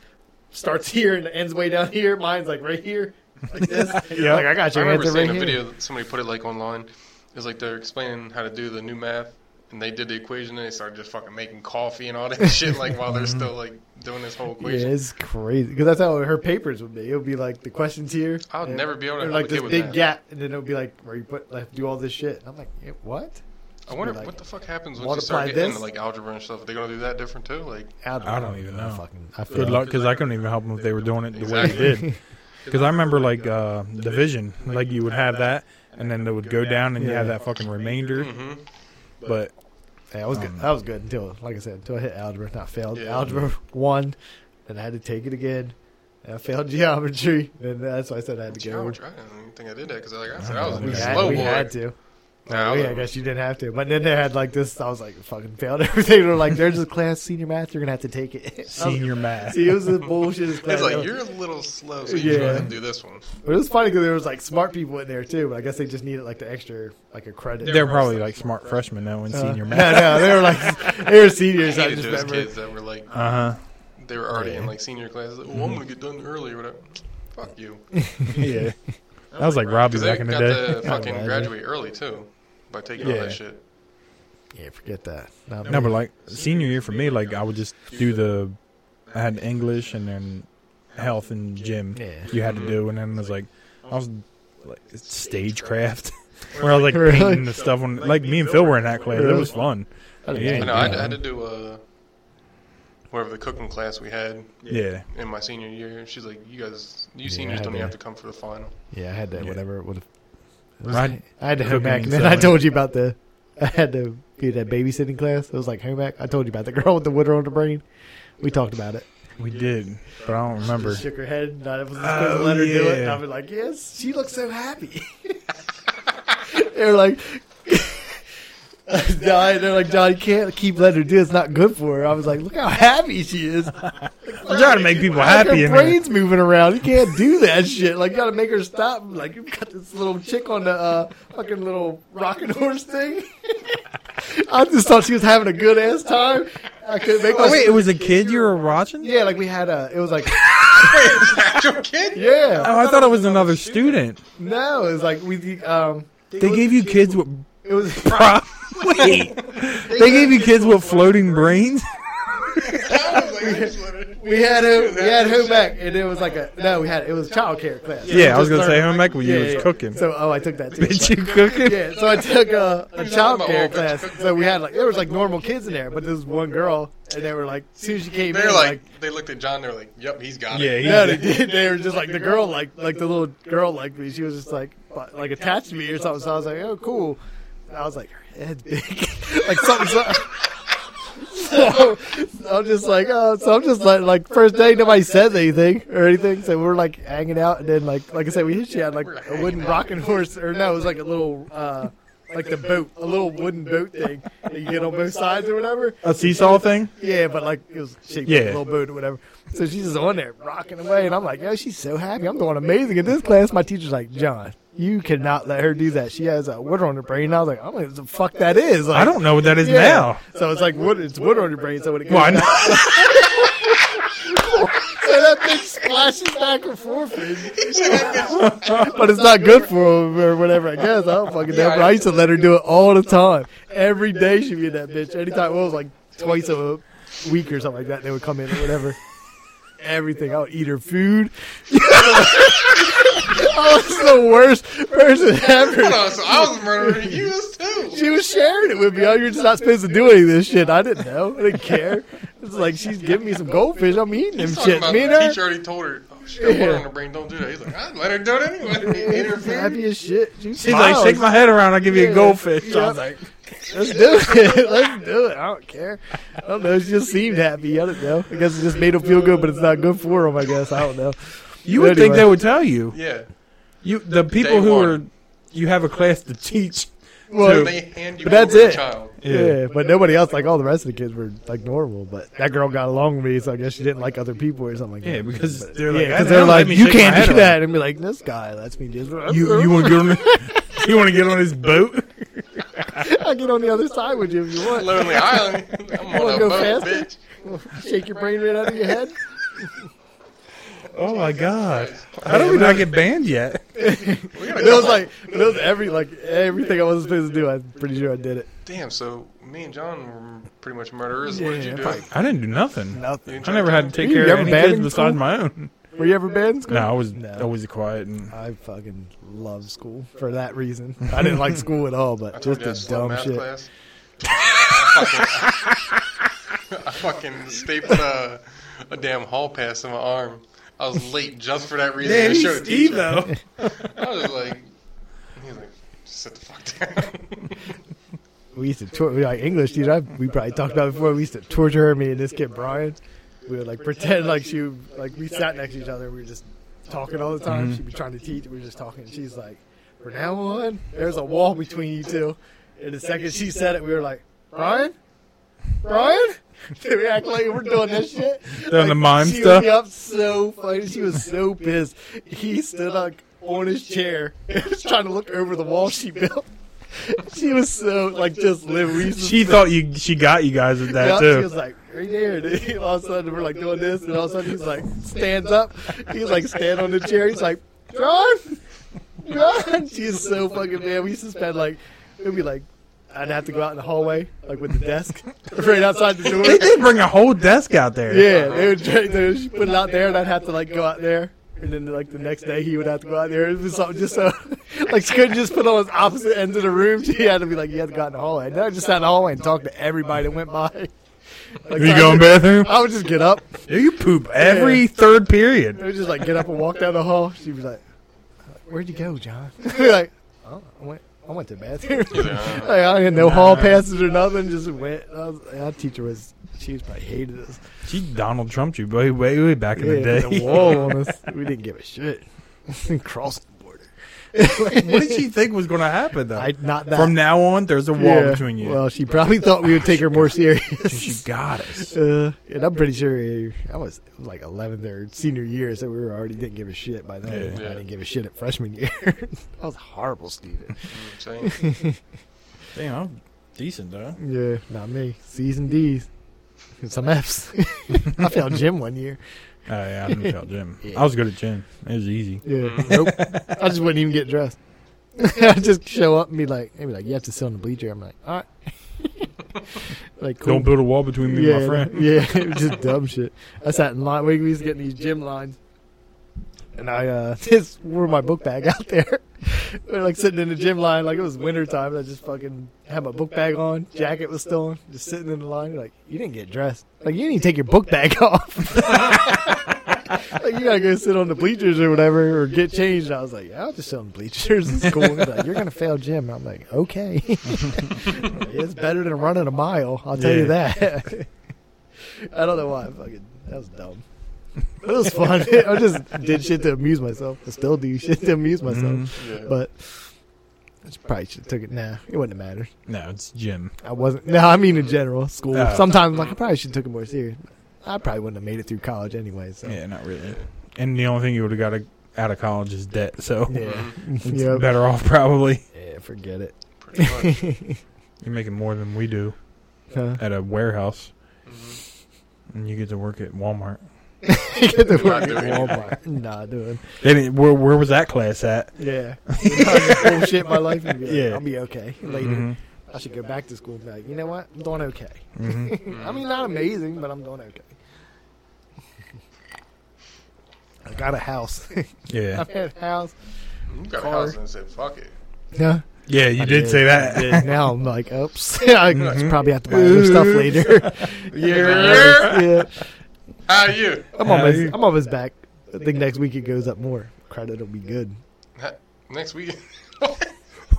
starts here and ends way down here. Mine's like right here, like this.
[LAUGHS] Yeah.
Like I got
I
your
remember
answer
seeing
right
a
here.
video that somebody put it like online. It was like they're explaining how to do the new math, and they did the equation, and they started just fucking making coffee and all that [LAUGHS] shit, like while they're still like doing this whole
Mm-hmm. Yeah,
equation.
it's crazy because that's how her papers would be. It would be like the questions here.
I would
and
never be able to
they're
help
like
a
this
kid with
big
that.
gap, and then it would be like where you put like do all this shit. And I'm like, "Yeah, what?
I wonder
like,
what the fuck happens when you
multiply
start getting
this?
into like algebra and stuff. Are they gonna do that different too? Like,
I don't even know.
Fucking, I feel
Good luck, because I couldn't even help them if they were doing it the way they [LAUGHS]
Exactly.
did. Because I remember like uh, division, like you would have that, and then it would go down, and you have that fucking remainder.
hmm
But
Yeah, I was good.
Um,
I was good until, like I said, until I hit algebra. Not failed
Yeah.
algebra one, then I had to take it again. And I failed [LAUGHS] geometry, and that's why I said I had to go.
geometry. I didn't think I did that because like I said, I was a
We
big
had,
slow
we
boy.
had to.
Nah, I
We-
was
I
a-
guess you didn't have to, but then they had like this. I was like, fucking failed [LAUGHS] everything. They're like, there's a class senior math. You're gonna have to take it. [LAUGHS] I was-
senior math,
See, it was the bullshit.
[LAUGHS] It's
class.
like you're a little slow, so you should
Yeah.
go ahead and do this one.
But it was funny because there was like smart people in there too. But I guess they just needed like the extra, like a credit.
they were probably like smart freshmen now in
Uh,
[LAUGHS]
[LAUGHS]
senior
No,
math.
no, they were like [LAUGHS] they were
I
seniors. I,
hated
just
those
remember.
kids that were like
Uh huh.
they were already in
Yeah.
like senior classes. Like, oh, I'm gonna get done early or whatever. Fuck you.
[LAUGHS]
[LAUGHS] Yeah, that was like Robbie
Because they
back in the
got
day. [LAUGHS]
to fucking
Robbie.
graduate early too by taking all
Yeah.
that shit.
Yeah, forget that. Not
No, but like senior year for me, like I would just do the, I had English and then health and gym
Yeah.
you had to do, and then it was like I was like stagecraft, [LAUGHS] where I was like
Really?
painting the stuff on. Like me and Phil were in that class. It
Really?
was fun.
I
Yeah.
know. I had, I had to do uh, whatever the cooking class we had
Yeah.
in my senior year. She's like, you guys, you
Yeah, I
seniors
had
don't
to-
even have to come for
[LAUGHS]
the final. [LAUGHS]
Yeah, I had that.
Yeah.
Whatever. Would have.
Right.
I had to home
Cooking
ec,
and
and then I
selling.
told you about the. [LAUGHS] I had to be at that babysitting class. It was like home ec. I told you about the girl with the witter on the brain. We talked about it.
We did, but I don't
She
remember.
shook her head, and I was supposed
Oh,
to let her do it.
yeah.
And I was like, "Yes, she looks so happy." [LAUGHS] they were like, [LAUGHS] "John," they're like, "John, you can't keep letting her do. it. It's not good for her." I was like, "Look how happy she is."
I'm trying to make people
Like,
happy
Her
in here.
brain's moving around. You can't do that shit. Like you gotta make her stop. Like you've got this little chick on the uh, fucking little rocking horse thing. [LAUGHS] I just thought she was having a good ass time. I couldn't make.
Oh
my-
wait, it was a kid you were watching?
yeah, like we had a. It was like [LAUGHS]
Your kid?
yeah.
Oh, I thought it was another student.
No, it was like we um.
They gave you kids with [LAUGHS]
It was
[LAUGHS]
pro- wait. They gave you kids with floating brains.
I was like, I just
[LAUGHS]
let her-
we had him we had home back and it was like a no we had it was child care class.
Yeah, I was gonna
Just
say
learn-
home ec when you
Yeah,
was
yeah.
cooking.
So oh I took that too.
[LAUGHS] Bitch, [LAUGHS] you cooking?
Yeah, so I took a, a
You're
child
talking about
care
old bitch.
class. So we had like there was like normal kids in there, but there was one girl, and they were like, as soon as she came
They're
in,
like, they looked at John. They're like, yep, he's got
Yeah,
it.
he-
[LAUGHS]
no, they did. They were just like the girl, like like the little girl, like me. She was just like bu- like attached to me or something. So I was like, oh cool. And I was like, her head's [LAUGHS] big, like something. So, so, so I'm just like, oh, so I'm just like, like first day nobody says anything or anything. So we're like hanging out, and then like like I said, we she had like a wooden rocking horse, or no, it was like a little. uh like the boat, a little wooden boat thing that you get on both sides or whatever.
A seesaw thing?
Yeah, but like it was shaped like
Yeah.
a little boat or whatever. So she's just on there rocking away, and I'm like, yo, she's so happy. I'm doing amazing in this class. My teacher's like, John, you cannot let her do that. She has uh, water on her brain. And I was like, I don't know what the fuck that is. Like,
I don't know what that is
yeah.
now.
So it's like wood. It's wood on your brain. So when it goes
Well, I
back-
know-
so that thing splashes back and [LAUGHS] forth, man. but it's not good for him or whatever. I guess I don't fucking know. But I used to let her do it all the time. Every day she'd be in that bitch. Anytime well, it was like twice a week or something like that. They would come in or whatever. Everything. I would eat her food. [LAUGHS] I was the worst person ever.
Hold on, so I
[LAUGHS]
was murdering you too.
She was sharing it with me. Oh, you're just not supposed to do any of this shit. I didn't know. I didn't care. It's like she's giving me some goldfish. I'm eating them
He's talking
shit.
about
Me and
the
her.
teacher already told her, oh, she got water
Yeah.
on her brain, don't do that. He's like, I let her do it
[LAUGHS]
anyway. Eat her
She's happy
food.
as shit. She
[LAUGHS] She's like, shake my head around, I'll give you
Yeah.
a goldfish. So I was
Yep.
like,
Let's do it. [LAUGHS] Let's do it. I don't care. I don't know. She just seemed happy. I don't know. I guess it just made him feel good, but it's not good for him. I guess I don't know.
you would think
Anyway.
they would tell you.
Yeah.
You the people
Day
who
one.
are you have a class to teach.
Well,
So
Dude.
they hand you
But that's
over to
it.
the child.
yeah, but nobody else. Like all the rest of the kids were like normal, but that girl got along with me, so I guess she didn't like other people or something like
Yeah,
that.
because they're
Yeah,
like,
because
I-
they're
I
like,
let me
you
shake my
can't
head
do
around."
that, and be like, this guy lets me just.
You you want to get on? The, [LAUGHS] you want to get on his boat?
[LAUGHS] I get on the other side with you if you want. [LAUGHS]
Lonely Island. I'm on
Wanna
a
go
boat,
faster?
bitch.
[LAUGHS] Shake your brain right out of your
[LAUGHS]
head.
[LAUGHS] Oh my god! How do we not get banned yet?
We gotta
It
go.
was like it was every like everything I wasn't supposed to do. I'm pretty sure I did it.
Damn, so me and John were pretty much murderers. what did you
Yeah,
do?
probably.
I didn't do nothing.
Nothing.
I never had to take
You
care of
ever
any
banned
kids
in
besides
school?
my own.
Were you ever banned in school?
No, I was
No.
always quiet and
I fucking love school for that reason. I didn't [LAUGHS] like school at all,
I
but just
told you that
the dumb
slow math
shit. [LAUGHS]
class. I fucking, [LAUGHS] I fucking stapled a, a damn hall pass in my arm. I was late just for that reason. I showed the teacher.
[LAUGHS]
I was like, he's like, sit
[LAUGHS]
the fuck down.
We used to torture like English teacher. I, we probably talked about it before. We used to torture her, me and this kid Brian. We would like pretend like she like we sat next to each other. We were just talking all the time.
Mm-hmm.
She'd be trying to teach. We were just talking. And she's like, "From now on, there's a wall between you two. And the second she said it, we were like, "Brian, Brian." [LAUGHS] we act like we're doing this shit.
Doing the
Like,
mime
she
stuff?
was up so funny. She was so pissed. He stood up on his chair, [LAUGHS] trying to look over the wall she built. [LAUGHS] She was so like just live. We used to-
She thought you. She got you guys with
yeah,
that
She
too.
was like right there. Dude. All of a sudden we're like doing this, and all of a sudden he's like stands up. He's like stand on the chair. He's like John, John. She is so fucking mad. We used to spend like it'd be like. I'd have to go out in the hallway, like with the desk, [LAUGHS] right outside the door.
They [LAUGHS] did bring a whole desk out there.
Yeah, they would try, they would put it out there, and I'd have to like go out there, and then like the next day he would have to go out there. It was something just so [LAUGHS] like she couldn't just put on his opposite ends of the room. [LAUGHS] She had to be like, you had to go out in the hallway. And then I just sat in the hallway and talked to everybody that went by. [LAUGHS] Like,
You
I
going
would-
bathroom?
[LAUGHS] I would just get up.
You poop every third period.
I would just like get up and walk down the hall. She was like, "Where'd you go, John?" [LAUGHS] like, oh, I went. I went to the bathroom. [LAUGHS] like, I had no hall passes or nothing. Just went. I was, our teacher was. She was probably hated us.
She Donald Trumped you way, way, way back in
yeah,
the
[LAUGHS]
day.
the wall on us. We didn't give a shit. [LAUGHS] Cross the [LAUGHS] border.
what did she think was going to happen though?
I not that
From now on, there's a wall
Yeah.
between you.
Well, she probably thought we would take her [LAUGHS] more serious.
[LAUGHS] she got us.
Uh, and I'm pretty sure I was it was like 11th or senior year, so we were already didn't give a shit by then.
Yeah.
I didn't give a shit at freshman year. [LAUGHS] I was a horrible, student.
Same.
Damn, I'm
[LAUGHS]
decent though.
Yeah, not me. C's and D's, and some F's. [LAUGHS] I failed gym one year.
Oh yeah, I didn't tell Jim.
Yeah.
I was good at gym. It was easy.
Yeah, nope. I just wouldn't even get dressed. [LAUGHS] I just show up and be like, they be like, you have to sit on the bleacher. I'm like, all right. [LAUGHS] like, cool.
Don't build a wall between me
yeah,
and my
[LAUGHS]
friend.
yeah, it was just dumb shit. I sat in line. We we used to get in these gym lines, and I uh, [LAUGHS] just wore my book bag out there. [LAUGHS] we were like sitting in the gym line, like it was winter time. And I just fucking had my book bag on, jacket was still on, just sitting in the line. Like you didn't get dressed. Like you didn't even take your book bag [LAUGHS] off. like you gotta go sit on the bleachers or whatever, or get changed. And I was like, yeah, I'll just sit on the bleachers in school. He's like, you're gonna fail gym. And I'm like, okay. [LAUGHS] It's better than running a mile. I'll tell you that. [LAUGHS] I don't know why. I Fucking, that was dumb. But it was fun. [LAUGHS] I just did shit to amuse myself. I still do shit to amuse myself.
Mhm.
Yeah.
But I should- probably should have took it. Nah, it wouldn't have mattered.
No, it's gym.
I wasn't. No, I mean in general, school.
Oh.
Sometimes I'm like I probably should have took it more serious. I probably wouldn't have made it through college anyway. So
Yeah, not really. And the only thing you would have got a- out of college is debt. So
[LAUGHS] yeah,
[LAUGHS] it's
Yep.
better off probably.
yeah forget [LAUGHS] it.
Mm-hmm. Pretty much.
You're making more than we do
Huh?
at a warehouse,
Mhm.
and you get to work at Walmart.
[LAUGHS] Get the
Not
work at
doing it.
Walmart. Not doing.
They didn't, where, where was that class at?
Yeah, [LAUGHS] bullshit my life. And be like,
Yeah.
I'll be okay later.
Mhm.
I should go back to school and be like, you know what? I'm doing okay.
Mhm.
[LAUGHS] I mean, not amazing, but I'm doing okay. I got a house. [LAUGHS]
Yeah,
I've had a house.
You got
Car.
a house and said, fuck it.
No.
yeah, you
I
did
did.
say
I
that.
did.
[LAUGHS]
now I'm like, oops. [LAUGHS] I
Mhm.
probably have to buy other stuff
[LAUGHS]
later.
Yeah.
[LAUGHS] yeah.
How are you?
I'm
How
on
you-
his, I'm on his back. I think next week it goes up more. Credit will be good.
Next week. [LAUGHS]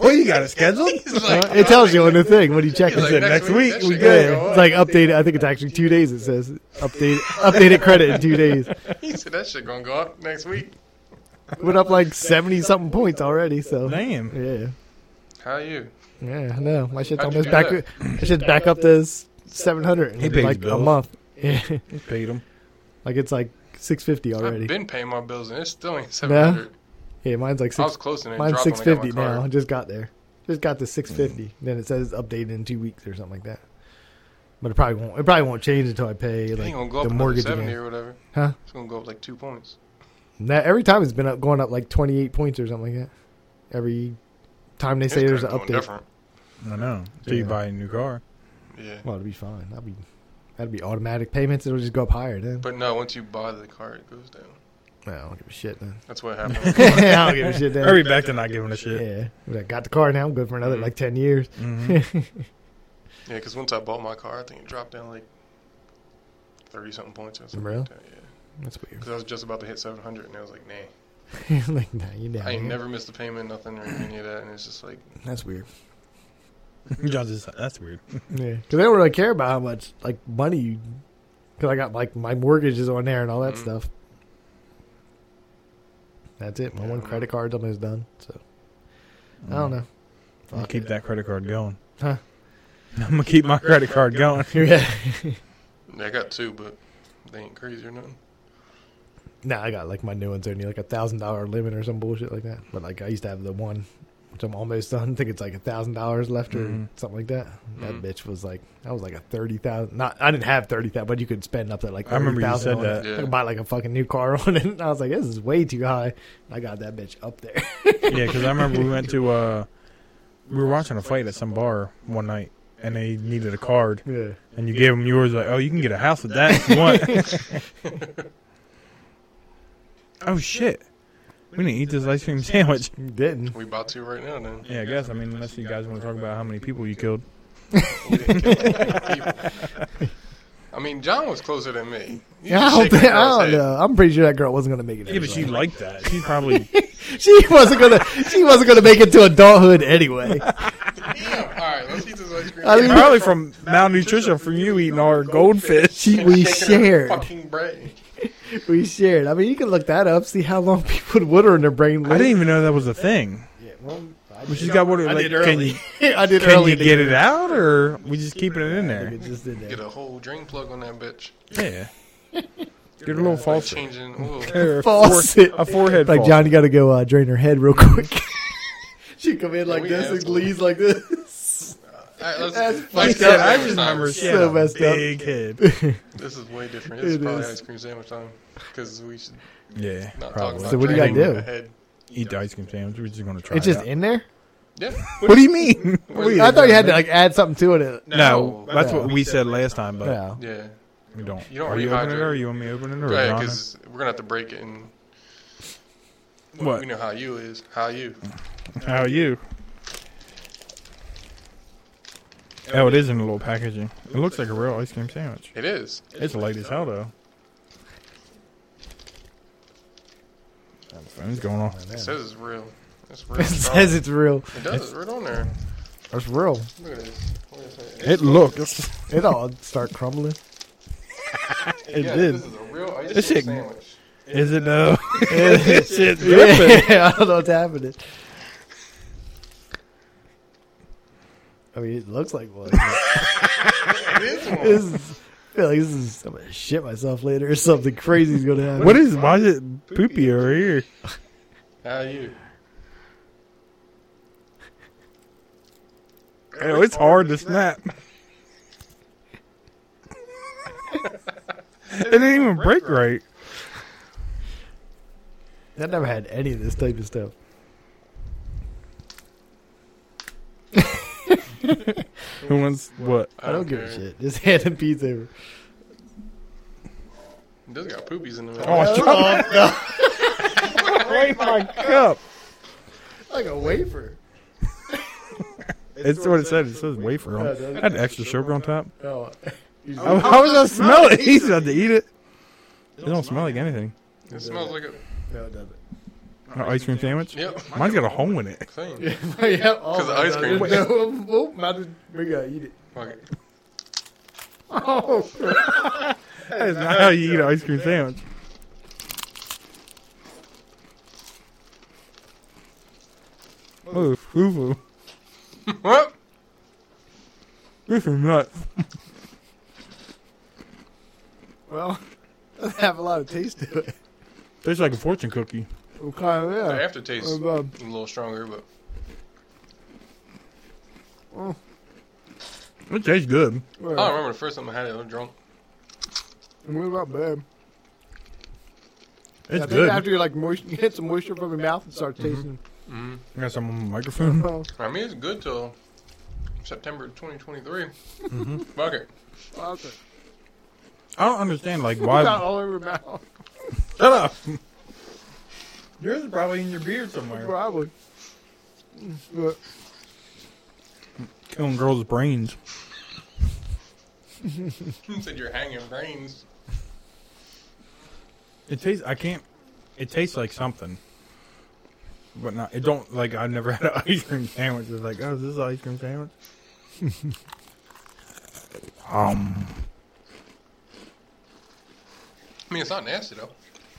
Oh, you got it scheduled?
He's
Uh,
like,
it tells you on the thing when you check
He's
it.
like,
said next week,
that
we
shit
good.
gotta
[LAUGHS]
go
Yeah,
up.
it's like updated. I think it's actually two days. It says update updated credit in two days.
He said that shit gonna go up next week.
Went up like seventy something points already. So
[LAUGHS] Damn.
yeah,
How are you?
yeah, I know. My shit's
How'd you
almost
do
back.
that?
My shit's back up to seven hundred
He
in
pays
like a
bills.
month. [LAUGHS] Yeah,
Paid him.
like it's like six fifty
I've
already.
been paying my bills and it still ain't seven hundred.
Yeah, mine's like
I
six.
was close and it
Mine's
dropped
six fifty
when I got my
now. I
card.
just got there. Just got to six fifty.
Mm-hmm.
Then it says updated in two weeks or something like that. But it probably won't. It probably won't change until I pay
It
like
ain't gonna go up
the
another
mortgage
seventy
again.
or whatever.
Huh?
It's gonna go up like two points.
Now, every time it's been up, going up like twenty eight points or something like that. Every time they say
It's
there's an
kinda
update,
going Different.
I know. So you
Yeah.
buy a new car.
Yeah.
well, it'll be fine. That'll be that'll be automatic payments. It'll just go up higher then.
But no, once you buy the car, it goes down.
No, I don't give a shit then.
That's
[LAUGHS]
what
[LAUGHS]
happened.
I don't give a shit
Hurry
then.
back to not giving a shit.
Yeah, But I got the car now. I'm good for another
Mm-hmm.
like ten years. [LAUGHS]
Mhm.
yeah, because once I bought my car, I think it dropped down like thirty something points or something.
Really?
Like that, yeah.
That's
[LAUGHS]
weird. [LAUGHS]
Because I was just about to hit seven hundred, and I was like, nah.
like, nah, you
I ain't
never.
never missed a payment, nothing or any of that, and it's just like
That's
[LAUGHS]
weird.
John's just like, that's weird.
Yeah, because they don't really care about how much like money you. Because I got like my mortgages on there and all that
Mhm.
stuff. That's it. My
Yeah, I Mm-hmm.
one
don't
credit card's almost done. So I don't know.
I'll keep that credit card going. [LAUGHS]
Huh?
I'm gonna keep my credit card going.
[LAUGHS] yeah.
yeah, I got two, but they ain't crazy or nothing.
Nah, I got like my new ones only like a thousand dollar limit or some bullshit like that. But like I used to have the one, which I'm almost done. [LAUGHS] I think it's like a thousand dollars left or
Mhm.
something like that. That
Mhm.
bitch was like that was like a thirty thousand. Not I didn't have thirty thousand, but you could spend up to like
I remember you
$30,000
said
on it.
that.
Yeah.
I could buy like a fucking new car [LAUGHS] on it. And I was like, this is way too high. I got that bitch up there. [LAUGHS]
Yeah, because I remember we went to uh, we were watching a fight at some bar one night, and they needed a card,
Yeah.
and you gave them yours. Like, oh, you can get a house with that if you want. [LAUGHS] oh shit, we didn't eat this ice cream sandwich.
You didn't.
We bought two right now, then.
Yeah, I guess. I mean, unless you guys want to talk about how many people you killed.
We didn't kill that many people. I mean, John was closer than me. You
Yeah, [LAUGHS] I
just
don't, think,
shaking the
I
girl's
don't
head.
know. I'm pretty sure that girl wasn't gonna make it. [LAUGHS]
Yeah, but she
anyway.
liked that. She [LAUGHS] probably.
she wasn't gonna. She wasn't gonna make it to adulthood
[LAUGHS]
anyway.
Damn. All right, let's eat this ice cream.
I mean-
Probably from malnutrition from you eating all our goldfish.
She we
Shaking her
shared.
Fucking brain.
We shared. I mean, you can look that up, see how long [LAUGHS] people would water in their brain.
I didn't even know that was a thing.
Yeah, well, I
But she's got what?
I
Like,
did
can
early.
you
[LAUGHS] I did
can
early.
you get it out, or we just keeping it in there?
It just did
Get
that.
a whole drain plug on that bitch.
Yeah. Get a little
Like
false.
changing oil.
A,
Faucet.
a forehead.
Like
Johnny.
John, you got to go uh, drain her head real quick. [LAUGHS] she come in like
we
this and
assholes.
leaves like
[LAUGHS]
this.
All right, let's,
That's
let's
fucked
do it
up.
I
next
just
time.
remember she
So
had a
messed up. [LAUGHS]
big head.
This is way different. This is
It
probably
is.
ice cream sandwich time because we should
Yeah,
not talk
probably.
about.
So what do you
draining
gotta do?
the head.
Eat the ice cream sandwich. We're just gonna try.
It's just
it out.
in there.
Yeah.
What do you mean? We-
I thought you had to like add something to it.
No,
No.
that's what we said last time, but
No.
Yeah.
we don't.
You don't
Are you opening
rehydrate.
it, or you want me opening it, or
Go ahead,
Donna?
because we're gonna have to break it, and
What?
we know how you is. How you?
How are you? Oh, it is in a little packaging. It looks like a real ice cream sandwich.
It is.
It's late as hell, though. Oh, the phone's going off.
It says it's real. It's real.
[LAUGHS] It says it's real.
It does. It's right on there.
It's real.
Look at this. Look at this.
It looks.
It all start [LAUGHS] crumbling.
It
yeah,
did.
This is a real ice
This
cream
[LAUGHS]
shit-
sandwich.
Is it [LAUGHS] though? Shit's
Yeah, I don't know what's happening. I mean, it looks like one.
It is one.
this is, I feel like this is I'm gonna shit myself later or something crazy's gonna happen.
What is? Why is it poopy over here?
How are you?
Oh, it's hard to snap. it didn't even break right.
I never had any of this type of [LAUGHS] stuff.
Who wants what?
I don't give a
care.
shit. Just hand him pizza. over.
It does got poopies in the middle.
Oh, I dropped [LAUGHS] it right in my cup.
Like a wafer.
It's what it said. It says wafer on. it. I had extra sugar on top.
[LAUGHS] No.
How how was I Oh, smell it? He's about to eat it. It don't smell like anything.
it smells like a
No, it doesn't. [LAUGHS]
An ice cream sandwich.
yep
Mine's got a hole in it.
thing.
yeah, oh,
'Cause the ice
no,
cream.
there's No, oh, not to, we gotta eat it.
Fuck it.
[LAUGHS]
[LAUGHS]
Oh,
That is not how you eat an ice cream sandwich. Oh, foo foo.
Well,
This is nuts.
[LAUGHS] well, doesn't have a lot of taste to it.
Tastes like a fortune cookie.
Okay, yeah.
the aftertaste is a
Uh,
little stronger, but
It tastes good.
I don't remember the first time I had it. I was drunk.
What about bad?
It's
I think
good.
after you like moisture, you [LAUGHS] get some moisture from your mouth and start
Mm-hmm.
tasting. [LAUGHS]
I got some on my microphone. [LAUGHS]
Oh,
I mean, it's good till September 2023.
Mm-hmm.
Fuck it. [LAUGHS]
okay.
I don't understand, [LAUGHS] like,
It's not
why.
all over your mouth.
Shut up! Yours is probably in your beard somewhere.
Probably. But
Killing girls' brains.
You said you're hanging brains.
It tastes. I can't. It tastes like something, but not. It don't like. I've never [LAUGHS] had an ice cream sandwich. It's like, oh, is this an ice cream sandwich? [LAUGHS] um.
I mean, it's not nasty though.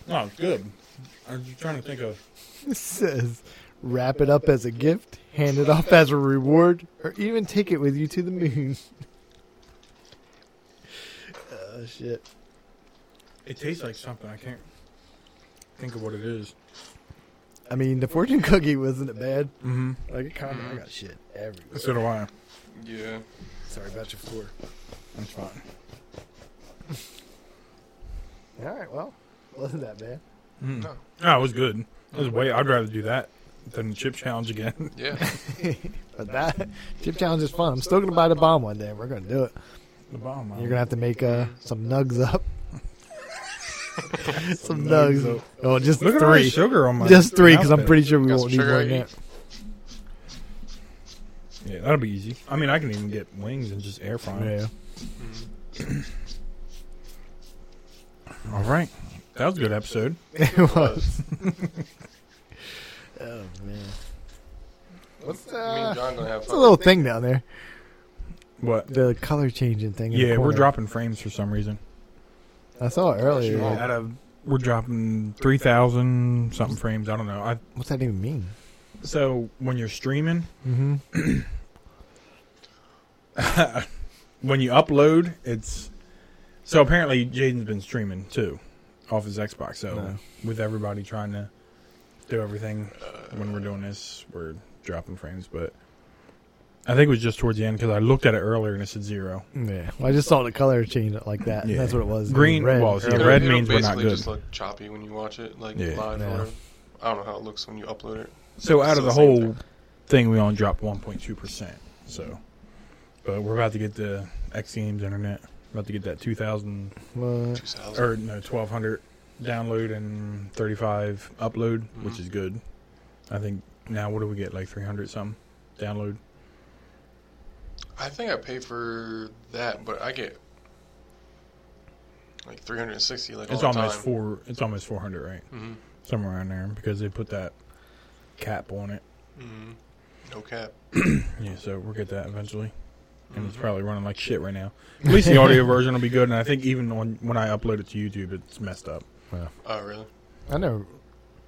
No, Oh, it's good. I'm just trying to think of.
it [LAUGHS] says, wrap it up as a gift, hand it off as a reward, or even take it with you to the moon. oh shit!
It tastes like something. I can't think of what it is.
I mean, the fortune cookie wasn't it bad?
Mm-hmm.
Like it kind of. I got shit everywhere.
So do I.
Yeah.
Sorry about your floor.
That's fine.
All right, well, wasn't that bad?
Mm.
No.
No, it was good. It was way. I'd rather do that than the chip challenge again. [LAUGHS]
Yeah.
[LAUGHS] But that chip challenge is fun. I'm still gonna buy the bomb one day. We're gonna do it.
the bomb.
You're gonna have to make uh, some nugs
[LAUGHS]
up. some
nugs
nugs.
up.
Oh, just
Look at all the
three.
sugar on my.
Just three, because I'm
outfit.
pretty sure we
Got some
won't need
sugar
one
I
yet.
Yeah, that'll be easy. I mean, I can even get wings and just air fry. 'em.
Yeah.
All right. That was a good episode.
[LAUGHS] It was. oh man,
What's that?
uh,
Me and John gonna have
it's a
fun.
little thing down there.
What?
The color changing thing. in the
Yeah, we're
corner.
dropping frames for some reason.
I saw it earlier.
Yeah.
Oh, Out of we're dropping three thousand something frames. I don't know. I
What's that even mean?
so when you're streaming,
Mm-hmm.
when you upload, it's so apparently Jaden's been streaming too off his Xbox. So
No.
with everybody trying to do everything when we're doing this, we're dropping frames. But I think it was just towards the end because I looked at it earlier and it said zero.
Yeah. Well, I just saw the color change like that.
Yeah.
That's what it was.
Green-
It was red.
well, see,
It'll-
red
it'll
means we're not
basically
good.
just look choppy when you watch it, like
Yeah.
live.
Yeah.
Or, I don't know how it looks when you upload it.
So out
So
of the
same
whole
thing.
thing. we only dropped 1.2 percent. So, but we're about to get the X Games internet. About to get that 2,000
What?
Two thousand.
or no 1,200 download and 35 upload, which is good. I think now what do we get like 300 something download?
I think I pay for that, but I get like 360 like
It's
all the
almost
time.
four. It's almost 400, right?
Mhm.
Somewhere around there because they put that cap on it.
Mhm. No cap.
Yeah, so we'll get that eventually. And it's probably running like shit right now. At least the audio version will be good, and I think even on, when I upload it to YouTube, it's messed up.
Oh, really?
I never.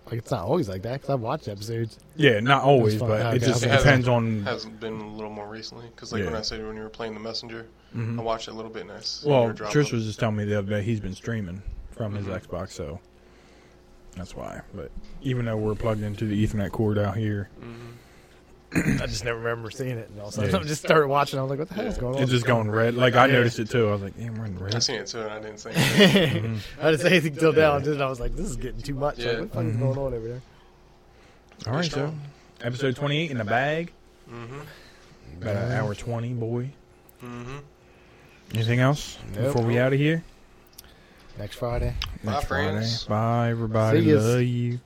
Like it's not always like that because I've watched episodes.
Yeah, not always,
fine.
but
Okay,
it just
okay.
depends on.
Has been a little more recently because like
Yeah.
when I said when you were playing the messenger,
Mhm.
I watched it a little bit and I s-
Well,
your drop
Trish
them.
was just telling me the other day he's been streaming from his
Mhm.
Xbox, so that's why. But even though we're plugged into the Ethernet cord out here,
I just never remember seeing it, and all of a
Yeah.
sudden [LAUGHS] I just started watching. I was like, "What the hell is
Yeah.
going on?"
it's just going red. Like I noticed it too. I was like, "Damn, we're in
I
red."
seen it too and I
[LAUGHS]
didn't say anything.
[LAUGHS] I didn't say anything till now, and then I was like, "This is getting too much." Like, what
Yeah.
the fuck is
Mm-hmm.
going on over there?
All right, so episode twenty-eight in the bag. About an hour twenty, boy.
mm-hmm.
Anything else
Nope.
before we out of here?
Next Friday.
Bye,
Next Friday.
friends.
Bye, everybody.
See yas.
Love you.